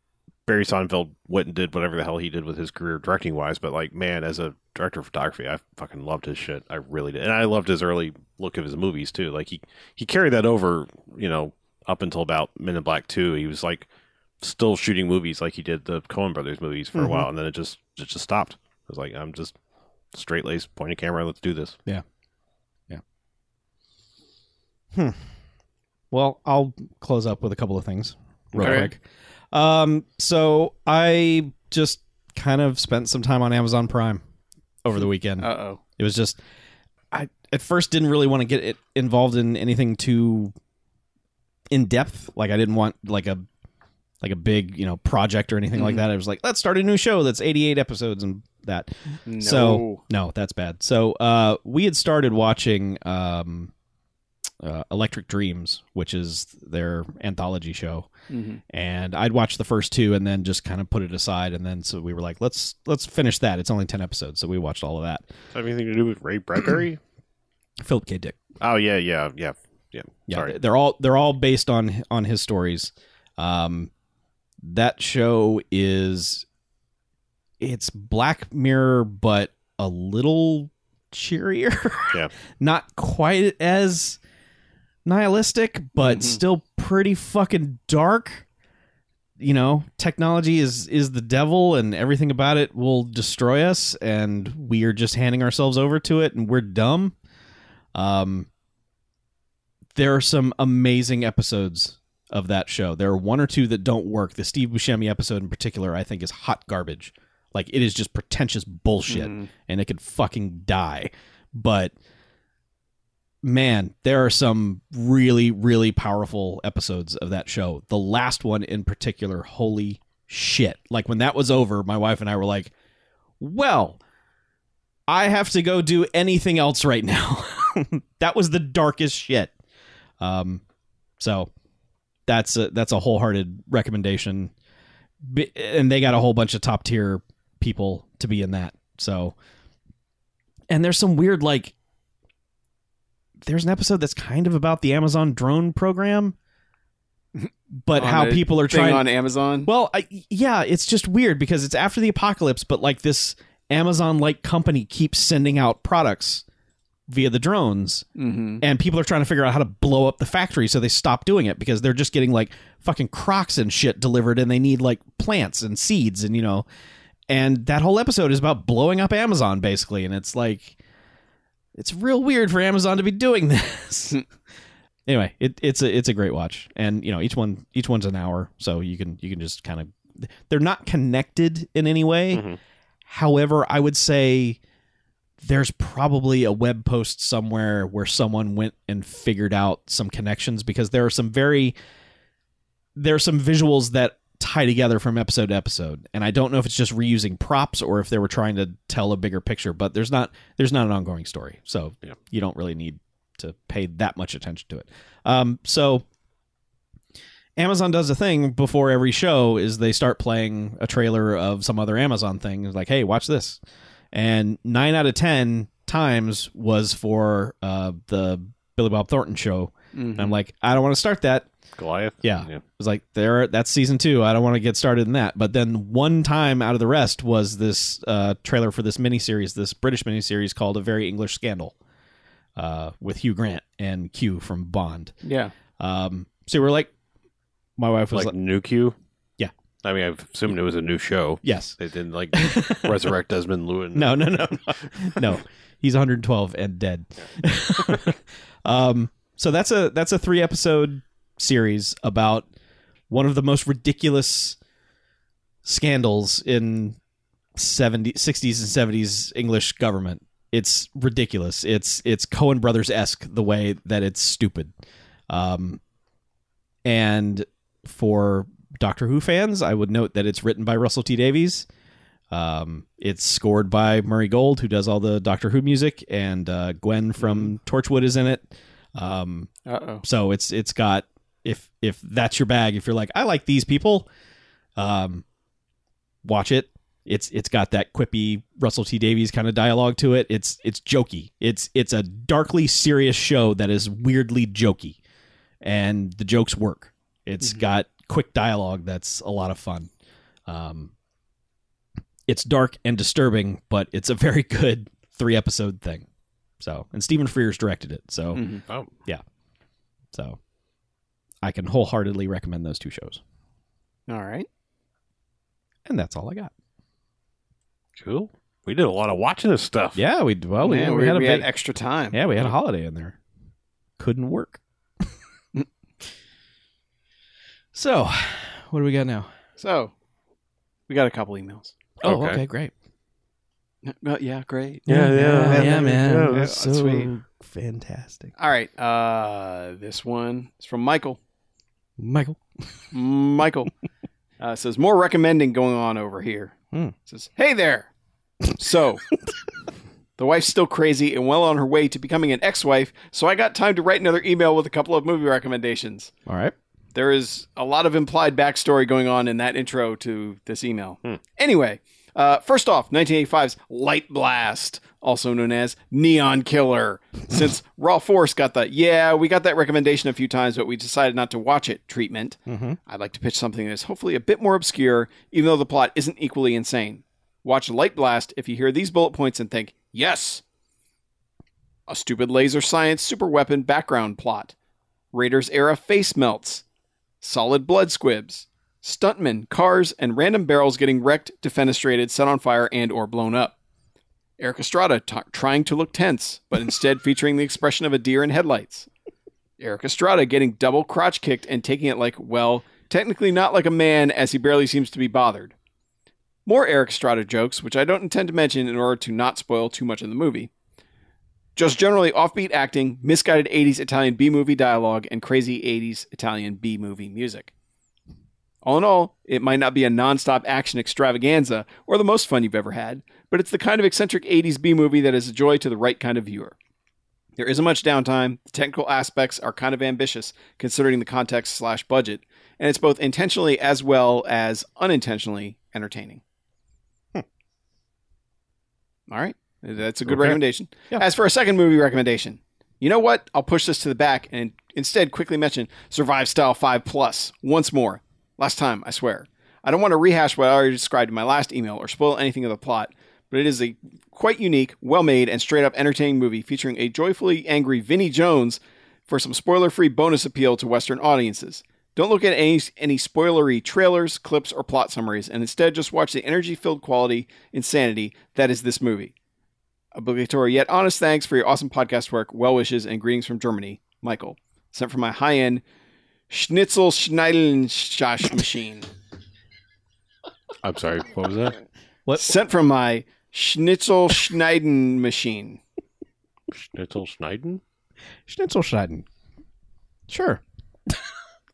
Barry Sonnenfeld went and did whatever the hell he did with his career directing wise, but like man, as a director of photography, I fucking loved his shit. I really did, and I loved his early look of his movies too. Like he he carried that over, you know, up until about Men in Black Two. He was like still shooting movies like he did the Coen Brothers movies for
Mhm.
a while, and then it just it just stopped. It was like I'm just straight laced, point a camera, let's do this.
Well, I'll close up with a couple of things real
Okay.
quick. Um, so I just kind of spent some time on Amazon Prime over the weekend.
Uh oh.
It was just I at first didn't really want to get it involved in anything too in depth. Like I didn't want like a like a big, you know, project or anything like
Mhm.
that. I was like, let's start a new show that's 88 episodes and that.
No.
So no, that's bad. So uh we had started watching um uh, Electric Dreams, which is their anthology show
Mhm.
and I'd watched the first two and then just kind of put it aside and then so we were like let's let's finish that it's only 10 episodes so we watched all of that
Does that have anything to do with Ray Bradbury?
Philip K Dick
oh yeah, yeah, yeah.
yeah
Sorry.
they're all they're all based on on his stories um that show is it's Black Mirror but a little cheerier <laughs>
Yeah.
not quite as nihilistic but
Mhm.
still pretty fucking dark you know technology is is the devil and everything about it will destroy us and we are just handing ourselves over to it and we're dumb um there are some amazing episodes of that show there are one or two that don't work the steve buscemi episode in particular i think is hot garbage like it is just pretentious bullshit
Mhm.
and it could fucking die. But man, there are some really, really powerful episodes of that show. The last one in particular, holy shit. Like when that was over, my wife and I were like, well, I have to go do anything else right now. <laughs> that was the darkest shit. Um, so that's a, that's a wholehearted recommendation. B- And they got a whole bunch of top tier people to be in that. So, and there's some weird like there's an episode that's kind of about the Amazon drone program, but
On
how
a
people are
Thing
trying
on Amazon.
well, I, yeah, it's just weird because it's after the apocalypse, but like this Amazon like company keeps sending out products via the drones,
mm-hmm.
and people are trying to figure out how to blow up the factory, so they stop doing it because they're just getting like fucking crocs and shit delivered, and they need like plants and seeds, and you know, and that whole episode is about blowing up Amazon basically, and it's like. It's real weird for Amazon to be doing <laughs> this. anyway, it, it's a it's a great watch, and you know each one each one's an hour, so you can you can just kind of they're not connected in any way.
Mhm.
However, I would say there's probably a web post somewhere where someone went and figured out some connections because there are some very there are some visuals that tie together from episode to episode and i don't know if it's just reusing props or if they were trying to tell a bigger picture but there's not there's not an ongoing story so
Yeah.
you don't really need to pay that much attention to it um, so Amazon does a thing before every show is they start playing a trailer of some other Amazon thing. It's like, hey, watch this. And nine out of ten times was for uh, the Billy Bob Thornton show.
Mm-hmm.
And I'm like, I don't want to start that.
Goliath.
Yeah. It was like there that's season two. I don't want to get started in that. But then one time out of the rest was this uh, trailer for this miniseries, this British miniseries called A Very English Scandal, uh, with Hugh Grant and Q from Bond.
Yeah.
Um, so we're like, my wife was
Like,
like,
Nuke you?
Yeah.
I mean, I assumed it was a new show.
yes,
They
<laughs>
didn't like resurrect Desmond Lewin.
no, no, no, no, no. He's 112 and dead. <laughs> um, so that's a that's a three episode series about one of the most ridiculous scandals in 70, 60s and 70s English government. It's ridiculous. It's it's Cohen Brothers esque the way that it's stupid. Um, and for Doctor Who fans, I would note that it's written by Russell T Davies. Um, it's scored by Murray Gold, who does all the Doctor Who music, and uh, Gwen from Torchwood is in it. Um,
Uh oh.
so it's it's got if if that's your bag, if you're like I like these people, um, watch it. It's it's got that quippy Russell T Davies kind of dialogue to it. It's it's jokey. It's it's a darkly serious show that is weirdly jokey, and the jokes work. It's
Mhm.
got quick dialogue that's a lot of fun. Um, it's dark and disturbing, but it's a very <laughs> good three episode thing. So, and Stephen Frears directed it. So,
Mm-hmm.
Oh.
so I can wholeheartedly recommend those two shows.
All right.
And that's all I got.
Cool. We did a lot of watching this stuff.
Oh, Yeah, we well
Man,
we, we had a big,
extra time.
yeah we had a holiday in there. Couldn't work. <laughs> so, what do we got now?
So we got a couple emails. <laughs>
Oh,
Okay.
okay, great.
Uh, yeah, great.
Yeah, yeah.
yeah,
Yeah,
man.
yeah,
that's
so
sweet.
fantastic,
All right. Uh, this one is from Michael.
Michael.
Michael uh, says more recommending going on over here.
Hmm.
Says, "Hey there." So, the wife's still crazy and well on her way to becoming an ex-wife, so I got time to write another email with a couple of movie recommendations.
All right.
There is a lot of implied backstory going on in that intro to this email.
Hmm.
Anyway, uh, first off, 1985's Light Blast, also known as Neon Killer. Since Raw Force got the, yeah, we got that recommendation a few times, but we decided not to watch it treatment,
Mm-hmm.
I'd like to pitch something that's hopefully a bit more obscure, even though the plot isn't equally insane. Watch Light Blast if you hear these bullet points and think, yes! A stupid laser science superweapon background plot. Raiders era face melts. Solid blood squibs. Stuntmen, cars, and random barrels getting wrecked, defenestrated, set on fire, and or blown up. Eric Estrada t- trying to look tense, but instead featuring the expression of a deer in headlights. Eric Estrada getting double crotch kicked and taking it like, well, technically not like a man as he barely seems to be bothered. More Eric Estrada jokes, which I don't intend to mention in order to not spoil too much of the movie. Just generally offbeat acting, misguided 80s Italian B movie dialogue, and crazy 80s Italian B movie music. All in all, it might not be a nonstop action extravaganza or the most fun you've ever had, but it's the kind of eccentric 80s B movie that is a joy to the right kind of viewer. There isn't much downtime. The technical aspects are kind of ambitious considering the context slash budget, and it's both intentionally as well as unintentionally entertaining. All right, that's a good
Okay.
recommendation.
Yeah.
As for a second movie recommendation, you know what? I'll push this to the back and instead quickly mention Survive Style Five Plus once more. Last time, I swear. I don't want to rehash what I already described in my last email or spoil anything of the plot, but it is a quite unique, well made, and straight up entertaining movie featuring a joyfully angry Vinnie Jones for some spoiler free bonus appeal to Western audiences. Don't look at any, any spoilery trailers, clips, or plot summaries, and instead just watch the energy filled quality insanity that is this movie. Obligatory yet honest thanks for your awesome podcast work, well wishes, and greetings from Germany, Michael. Sent from my high end Schnitzel Schneidenschasch machine.
I'm sorry. What was <laughs> that?
Sent from my Schnitzel Schneiden machine.
Schnitzel Schneiden?
Schnitzelschneiden. Sure.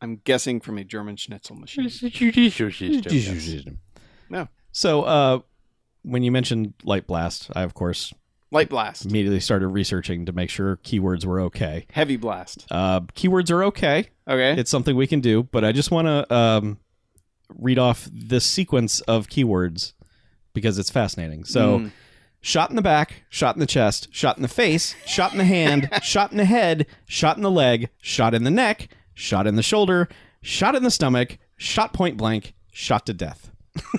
I'm guessing from a German Schnitzel machine.
It's the judicial system.
Yeah.
So, uh, when you mentioned Light Blast, I of course
Light blast,
immediately started researching to make sure keywords were okay.
heavy blast.
Uh, keywords are okay.
Okay.
It's something we can do, but I just want to um, read off the sequence of keywords because it's fascinating. So,
Mm.
shot in the back, shot in the chest, shot in the face, shot in the <laughs> hand, shot in the head, shot in the leg, shot in the neck, shot in the shoulder, shot in the stomach, shot point blank, shot to death. <laughs>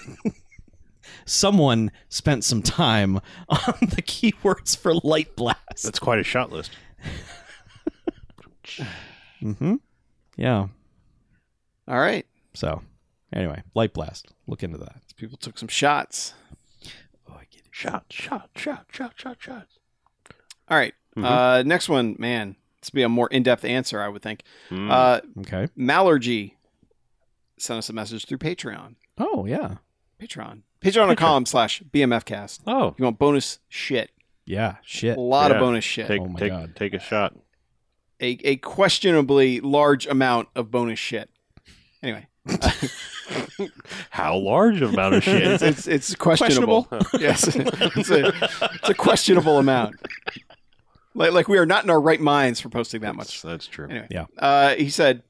Someone <laughs> spent some time on the keywords for light blast.
That's quite a shot list.
Mm-hmm. Yeah.
All right.
So, anyway, light blast. Look into that.
These people took some shots.
Oh, I get it.
Shot, shot, shot, shot, shot, shot.
All right.
Mhm.
Uh, next one, man. This would be a more in-depth answer, I would think.
Mm. Hmm.
Uh,
Okay.
Mallergy sent us a message through Patreon.
Oh yeah.
Patreon. Patreon.com slash BMFcast.
oh,
If you want bonus shit,
Yeah. Shit.
a lot
Yeah.
of bonus shit.
take
Oh my
take
God.
take a shot.
a, a questionably large amount of bonus shit. Anyway,
How large amount of shit?
it's
<laughs>
it's, it's questionable. <laughs> yes, it's a, it's a questionable amount. Like like we are not in our right minds for posting that much.
That's, that's true.
Anyway,
Yeah.
Uh, he said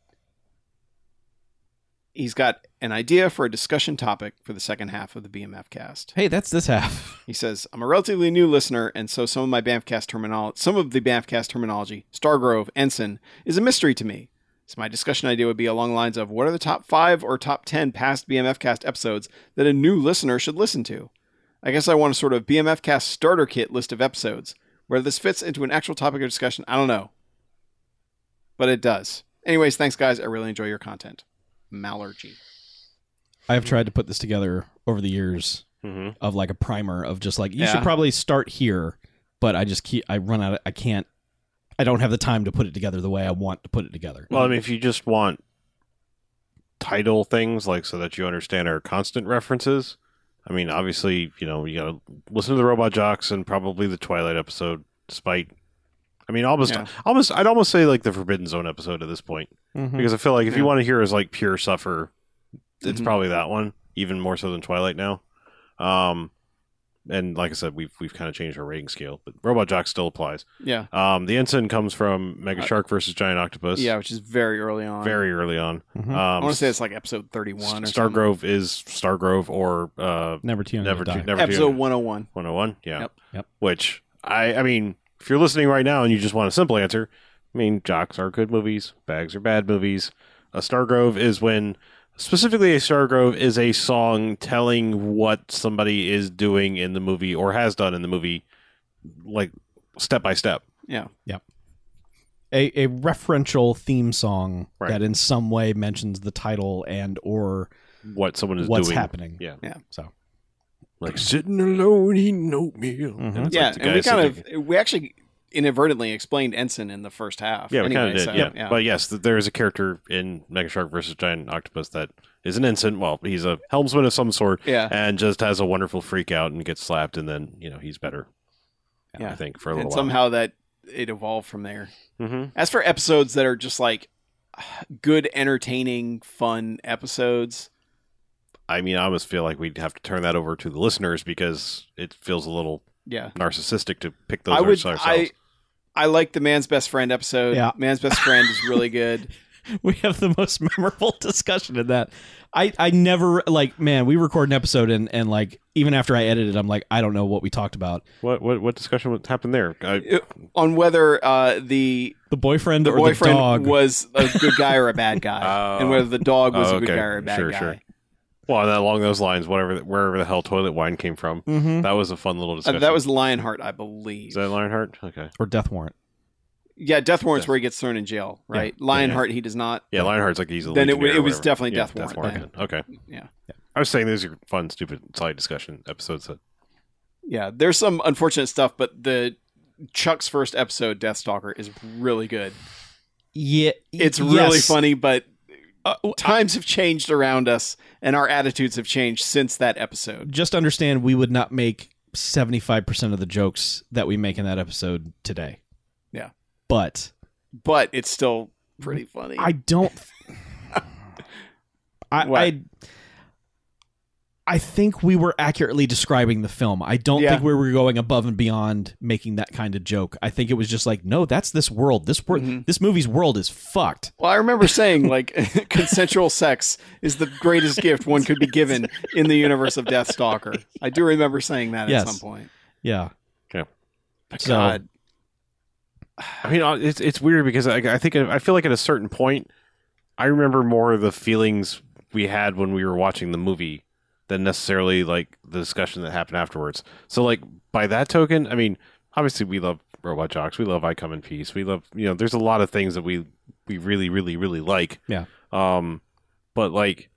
he's got an idea for a discussion topic for the second half of the BMF cast.
Hey, that's this half. <laughs>
He says, "I'm a relatively new listener, and so some of my Banffcast terminology, some of the Banffcast terminology, Stargrove, Ensign, is a mystery to me. So my discussion idea would be along the lines of what are the top five or top ten past BMFcast episodes that a new listener should listen to. I guess I want a sort of BMFcast starter kit list of episodes. Whether this fits into an actual topic of discussion, I don't know, but it does. Anyways, thanks guys. I really enjoy your content. Mallergy.
I've tried to put this together over the years
hmm
of like a primer of just like you
Yeah.
should probably start here, but I just keep I run out. Of, I can't. I don't have the time to put it together the way I want to put it together.
Well, I
Um,
mean, if you just want title things, like so that you understand our constant references, I mean, obviously, you know, you gotta listen to the Robot Jocks and probably the Twilight episode, despite. I mean, almost,
Yeah.
almost, I'd almost say like the Forbidden Zone episode at this point,
Mm-hmm.
because I feel like if
Hmm.
you
Yeah.
want to hear is like pure suffer, it's
Mhm.
probably that one, even more so than Twilight now. Um, and like I said, we've we've kind of changed our rating scale, but Robot Jock still applies.
Yeah,
Um, the ensign comes from Mega
Uh,
Shark versus Giant Octopus,
yeah, which is very early on. Mm-hmm.
very early on. Um,
I want to say it's like episode thirty-one. or something.
Stargrove is Stargrove or uh,
never too young
Never
to
Too
die.
Never
episode
Too
101
101. Yeah.
Yep.
Yep.
Which I I mean, if you're listening right now and you just want a simple answer, I mean, jocks are good movies, bags are bad movies. A Stargrove is when specifically a Stargrove is a song telling what somebody is doing in the movie or has done in the movie, like step by step.
a, a referential theme song
Right.
that in some way mentions the title and or
What someone is
what's
doing.
happening.
Yeah.
So
Like sitting alone eating oatmeal.
Mhm.
it's
yeah
like the
and we
guy
kind
sitting-
of we actually inadvertently explained ensign in the first half
Yeah, we
anyway,
kind of did.
so,
yeah. but yes, th- there is a character in Mega Shark versus Giant Octopus that is an ensign. Well, he's a helmsman of some sort,
yeah
and just has a wonderful freak out and gets slapped, and then you know he's better. I
Yeah.
think for a little
and
while.
somehow that it evolved from there
Mhm.
as for episodes that are just like good entertaining fun episodes
I mean, I almost feel like we'd have to turn that over to the listeners because it feels a little
yeah
narcissistic to pick those
i would
ourselves.
i i like the man's best friend episode
Yeah.
man's best friend is really
<laughs>
good
<laughs> we have the most memorable discussion in that. I, I never like man, we record an episode and, and like even after I edited, I'm like, I don't know what we talked about.
what what what discussion would- happened there? I,
on whether uh the
The boyfriend
the
or
boyfriend
the dog.
was a good guy or a bad guy
<laughs> Oh.
and whether the dog was
Oh,
a good
okay.
guy or a bad
Sure,
guy
sure. well, and along those lines, whatever the- wherever the hell toilet wine came from,
<laughs>
Mhm.
that was a fun little
Uh,
discussion.
that was Lionheart, I believe.
is that Lionheart? Okay,
or death warrant.
yeah, Death Warrant's
Yes.
where he gets thrown in jail, right? Lionheart, he does not.
Yeah, Lionheart's like easily.
Then it w- it was definitely Death Warrant
Okay.
Yeah.
I was saying those are fun, stupid side discussion episodes. That
Yeah, there's some unfortunate stuff, but the Chuck's first episode, Deathstalker, is really good.
Yeah,
It's really funny, but
Uh,
times have changed around us, and our attitudes have changed since that episode.
Just understand we would not make seventy five percent of the jokes that we make in that episode today.
Yeah.
But
But it's still pretty funny. <laughs>
I don't. I,
What?
I I think we were accurately describing the film. I don't
Yeah.
think we were going above and beyond making that kind of joke. I think it was just like, no, that's this world. This world,
Mhm.
this movie's world is fucked.
well, I remember saying like <laughs> consensual sex is the greatest gift one could be given in the universe of Deathstalker. I do remember saying that
Yes.
at some point.
Yeah,
But
So-
God,
I mean, uh, it's it's weird because I, I think I feel like at a certain point, I remember more of the feelings we had when we were watching the movie than necessarily like the discussion that happened afterwards. So like by that token, I mean, obviously we love robot jocks we love i come in peace we love you know there's a lot of things that we we really really really like
Yeah.
um but like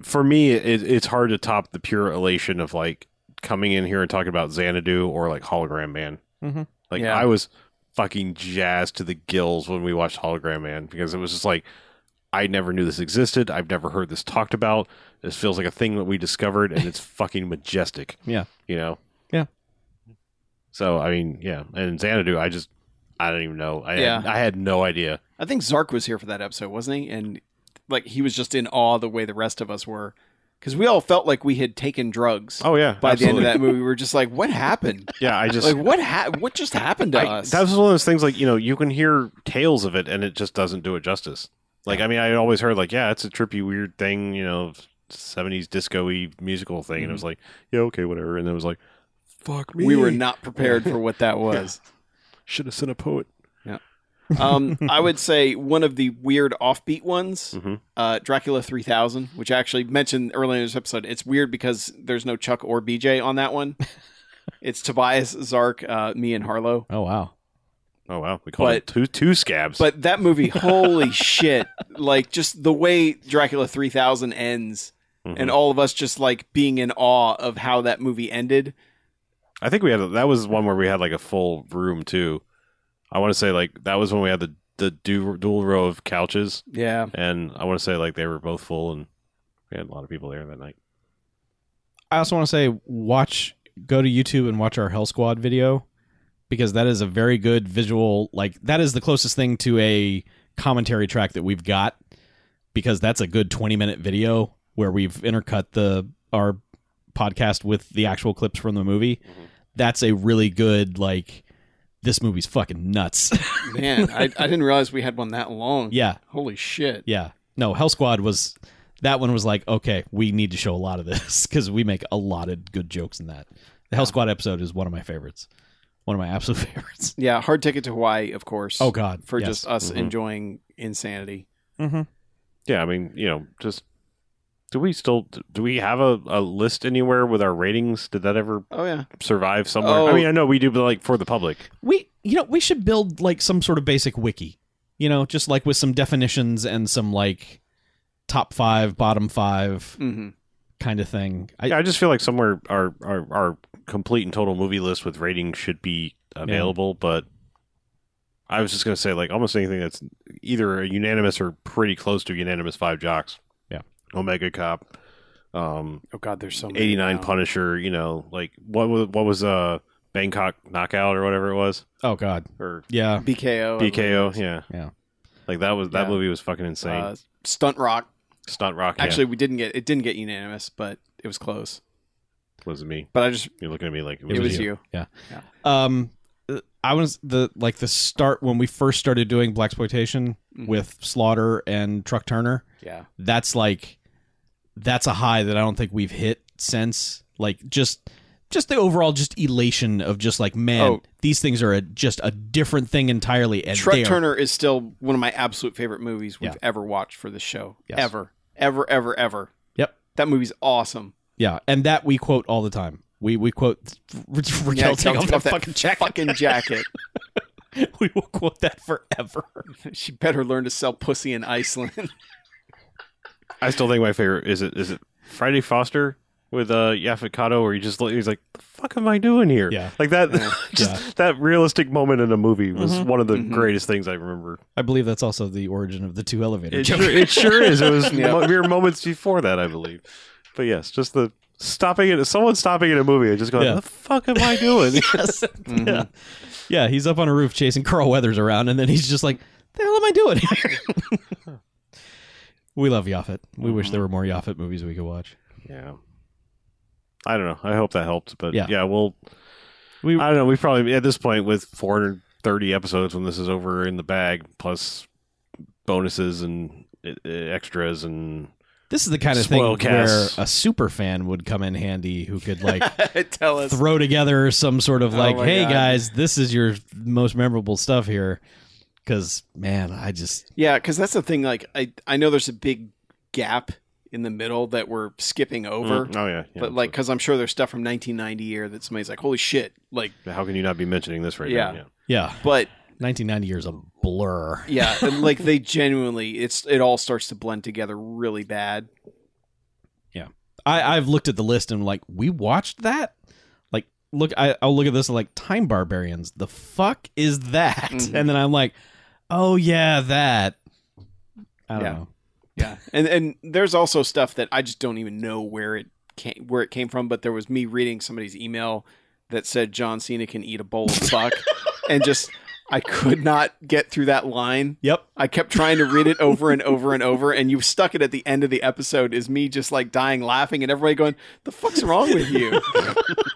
for me it, it's hard to top the pure elation of like coming in here and talking about xanadu or like hologram man
Mhm.
like
Yeah.
i was fucking jazzed to the gills when we watched hologram man because it was just like i never knew this existed i've never heard this talked about this feels like a thing that we discovered <laughs> and it's fucking majestic
Yeah.
you know
Yeah.
so i mean yeah and xanadu i just i don't even know i,
Yeah.
had, I had no idea
I think Zark was here for that episode, wasn't he? And like he was just in awe the way the rest of us were, because we all felt like we had taken drugs.
oh yeah
by
absolutely.
the end of that movie, we were just like, "What happened?
yeah i just
Like what ha- What just happened to
I-
us?"
That was one of those things like you know you can hear tales of it and it just doesn't do it justice. Like I mean I always heard like yeah it's a trippy weird thing you know seventies disco-y musical thing and it was like yeah okay whatever and it was like fuck me
we were not prepared for what that
<laughs>
was.
should have sent a poet
um, I would say one of the weird offbeat ones,
Mhm.
uh, Dracula 3000, which I actually mentioned earlier in this episode. It's weird because there's no Chuck or BJ on that
<laughs>
one. it's Tobias, Zark, uh, me, and Harlow.
Oh wow.
oh wow we called it two two scabs
But that <laughs> movie, holy shit! Like just the way Dracula 3000 ends,
Mhm.
and all of us just like being in awe of how that movie ended.
I think we had a, that was one where we had like a full room too. I want to say like that was when we had the the du- dual row of couches
Yeah,
and I want to say like they were both full and we had a lot of people there that night.
I also want to say watch go to YouTube and watch our Hell Squad video because that is a very good visual like that is the closest thing to a commentary track that we've got because that's a good 20 minute video where we've intercut the our podcast with the actual clips from the movie. That's a really good like this movie's fucking nuts.
man, I, I didn't realize we had one that long.
yeah.
holy shit.
Yeah. No, Hell Squad was that one was like, okay, we need to show a lot of this <laughs> because we make a lot of good jokes in that. The Hell Squad episode is one of my favorites. One of my <laughs> absolute favorites.
Yeah, hard ticket to Hawaii, of course.
Oh God.
for
yes.
just uh, mm-hmm. us
Mhm.
enjoying insanity.
Yeah, I mean you know just do we still do we have a, a list anywhere with our ratings? Did that ever
Oh yeah,
survive somewhere?
Oh.
I mean I know we do, but like for the public,
we you know, we should build like some sort of basic wiki. You know, just like with some definitions and some like top five, bottom five
hmm
kind of thing. I,
yeah, I just feel like somewhere our our, our complete and total movie list with ratings should be available, but I was just gonna say like almost anything that's either a unanimous or pretty close to unanimous five jocks.
Yeah.
Omega Cop, um
Oh god, there's so many
eighty nine
now.
Punisher, you know, like what was what was uh Bangkok knockout or whatever it was?
oh God.
Or
Yeah.
BKO, I
BKO, yeah.
Yeah.
Like that was that
Yeah.
movie was fucking insane.
believe. Uh, Stunt Rock.
Stunt Rock
Actually, we didn't get it. Didn't get unanimous, but it was close.
yeah, was me.
But I just
You're looking at me like
it, was you.
um i was the like the start when we first started doing black exploitation
Mhm.
with slaughter and truck turner
Yeah,
that's like that's a high that i don't think we've hit since like just just the overall just elation of just like man
Oh.
these things are a, just a different thing entirely and
Truck
they are-
Turner is still one of my absolute favorite movies we've
Yeah.
ever watched for this show.
Yes.
Ever, ever, ever, ever.
Yep.
That movie's awesome.
yeah and that we quote all the time we we quote <laughs> Raquel,
Yeah,
take
Kel
off
took
that fucking jacket.
fucking jacket.
<laughs>
<laughs>
we will quote that forever
she better learn to sell pussy in Iceland.
I still think my favorite is it is it Friday Foster with uh Yafikado where he just he's like the fuck am I doing here?
Yeah.
Like that <laughs> just
Yeah.
that realistic moment in a movie was one of the
Mhm.
greatest things I remember.
i believe that's also the origin of the two elevator
It
joke.
<laughs>
<laughs>
sure, it sure is. It
<laughs>
was
Yeah.
<laughs> mo- mere moments before that, I believe. But yes, just the stopping it someone stopping in a movie and just going,
Yeah.
The fuck am I doing?
<laughs> Yes.
Mhm.
Yeah. Yeah, he's up on a roof chasing Carl Weathers around, and then he's just like, the hell am I doing here? <laughs> we love Yoffit. We wish there were more Yoffit movies we could watch.
yeah. I don't know. I hope that helped. But
Yeah.
yeah, we'll
We
I don't know. We probably at this point with 430 episodes when this is over in the bag, plus bonuses and uh, uh, extras and
This is the kind of
Spoil
thing
cast.
where a super fan would come in handy who could
<laughs>
like
Tell us.
throw together some sort of
Oh
like,
my
hey
God.
guys, this is your most memorable stuff here. Because man, I just
Yeah, because that's the thing. Like, I I know there's a big gap in the middle that we're skipping over.
Mm, oh yeah, yeah.
but like, because I'm sure there's stuff from 1990 here that somebody's like, "Holy shit!" Like,
how can you not be mentioning this right
Yeah.
now? Yeah.
Yeah,
but
1990 years a blur.
yeah, and, like they genuinely, it's it all starts to blend together really bad.
I, I've looked at the list and I'm like, we watched that. Like, look, I, I'll look at this and like, Time Barbarians. The fuck is that? <laughs>
Mhm.
And then I'm like, oh yeah, that. I don't
Yeah.
know.
Yeah, and and there's also stuff that I just don't even know where it came where it came from. But there was me reading somebody's email that said John Cena can eat a bowl of fuck, and just I could not get through that line.
Yep.
I kept trying to read it over and over and over, and you stuck it at the end of the episode is me just like dying laughing and everybody going, The fuck's wrong with
<laughs>
you?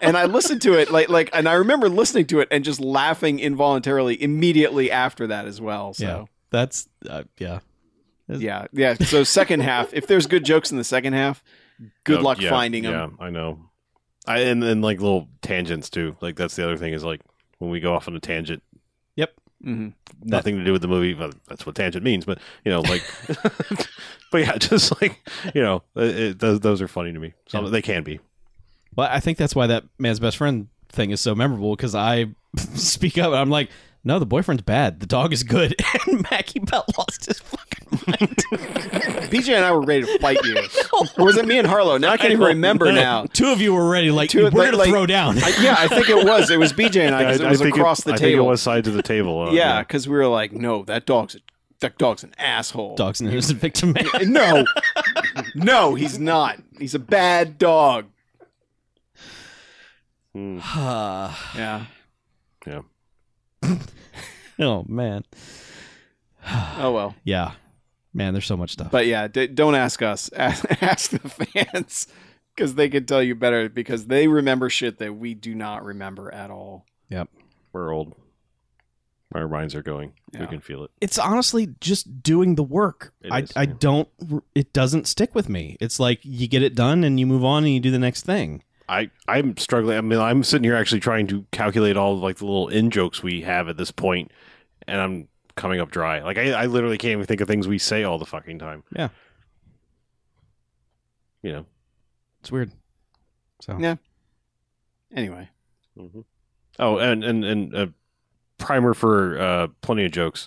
and I listened to it like like and I remember listening to it and just laughing involuntarily immediately after that as well.
Yeah.
So
That's uh, yeah.
yeah. Yeah. So second half, if there's good jokes in the second half, good
Oh,
luck
yeah,
finding them.
Yeah, I know. I and then like little tangents too. Like that's the other thing is like when we go off on a tangent,
Mhm.
nothing to do with the movie. But that's what tangent means. But you
<laughs>
know, like, but yeah, <laughs> just like you know, it, it, those, those are funny to me. So
Yeah.
they can be.
Well, I think that's why that man's best friend thing is so memorable because I <laughs> speak up. And I'm like, no, the boyfriend's bad. The dog is good. <laughs> And Mackie Belt lost his fucking
<laughs>
mind.
BJ and I were ready to fight
<laughs>
you. Or was it me and Harlow? Now I can't even remember
<laughs>
now.
Two of you were ready. Like,
Two
we're
of-
going to
like-
throw down.
I, yeah, I think it was. It was BJ and I because it was
think
across the
I
table.
think it was sides of the table.
<laughs>
uh,
Yeah, because we were like, no, that dog's a, that dog's an asshole.
<laughs> Dog's an innocent
<sighs>
victim. Man.
<laughs>
<sighs>
No, no, he's not. He's a bad dog.
Hmm.
oh,
Yeah.
man.
Oh well.
Yeah. Man, there's so much stuff.
But yeah, d- don't ask us. <laughs> Ask, ask the fans because they can tell you better because they remember shit that we do not remember at all.
we're old. Our minds are going.
Yeah.
We can feel it.
it's honestly just doing the work.
It
I,
is,
I
yeah.
don't, it doesn't stick with me. It's like you get it done and you move on and you do the next thing.
I I'm struggling. I mean, I'm sitting here actually trying to calculate all of, like the little in jokes we have at this point, and I'm coming up dry. Like I, I literally can't even think of things we say all the fucking time.
Yeah.
You know.
It's weird. So,
Yeah. Anyway,
Oh, and and and a primer for uh, plenty of jokes.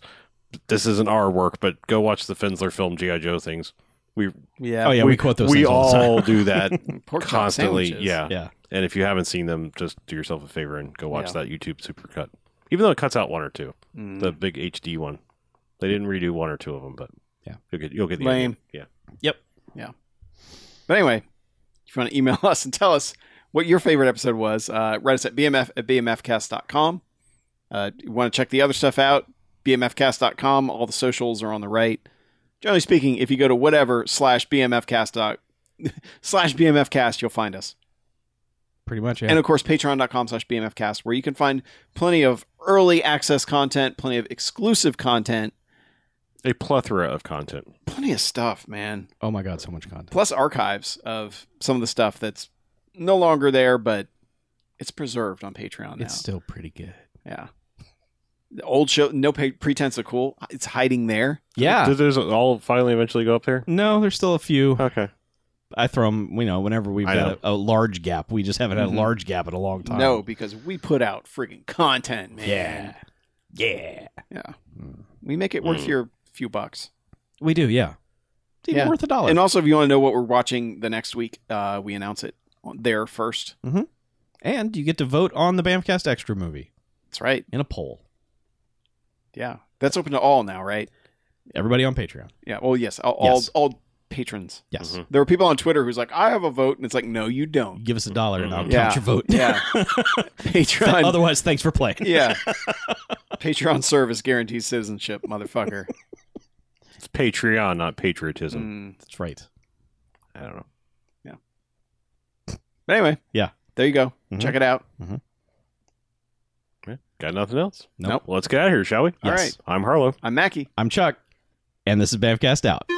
This isn't our work, but go watch the Finsler film GI Joe things. We
yeah.
oh, yeah, we, quote those
we
things all the time.
all
<laughs>
do that
Pork chop
constantly.
sandwiches.
Yeah.
Yeah.
And if you haven't seen them, just do yourself a favor and go watch
Yeah.
that YouTube supercut. Even though it cuts out one or two,
Mm.
the big HD one. They didn't redo one or two of them, but
Yeah.
you'll get you'll get the
Lame.
idea.
But anyway, if you want to email <laughs> us and tell us what your favorite episode was, uh, write us at bmf at bmfcast.com. Uh, you want to check the other stuff out, bmfcast.com. All the socials are on the right. Generally speaking, if you go to whatever slash bmfcast dot, <laughs> slash bmfcast, you'll find us.
Pretty much. Yeah.
And of course, patreon.com slash bmfcast, where you can find plenty of early access content, plenty of exclusive content,
Yeah. A plethora of content.
plenty of stuff, man.
oh my God, so much content.
plus archives of some of the stuff that's no longer there, but it's preserved on Patreon now.
It's still pretty good.
yeah, the old show, no pa- pretense of cool. It's hiding there.
Yeah.
Did those all finally eventually go up there?
Mm.
No, there's still a few.
Okay.
I throw them, you know, whenever we've
I
got a, a large gap. We just haven't had
Mhm.
a large gap in a long time.
No, because we put out friggin' content, man.
Yeah. Yeah.
we make it worth
Mm.
your few bucks.
We do, yeah. It's even
Yeah.
worth a dollar.
And also, if you want to know what we're watching the next week, uh, we announce it on there first.
and you get to vote on the Bamcast Extra movie
That's right.
in a poll.
Yeah, that's open to all now, right?
Everybody on Patreon.
Yeah. Well, yes, all all,
Yes.
all patrons.
Yes.
Mhm.
There were people on Twitter who's like, "I have a vote," and it's like, "No, you
<laughs>
don't."
Give us a dollar and I'll
Yeah.
count your vote. <laughs>
Yeah. Patreon.
Otherwise, thanks for playing.
yeah. Patreon service guarantees citizenship, motherfucker.
It's Patreon, not patriotism.
Mm.
That's right.
I don't know.
But anyway,
Yeah.
there you go.
Mhm.
Check it out.
Yeah. Got nothing else?
Nope.
Well, let's get out of here, shall we?
All right.
I'm Harlow.
I'm Mackie.
I'm Chuck, and this is Bamcast Out.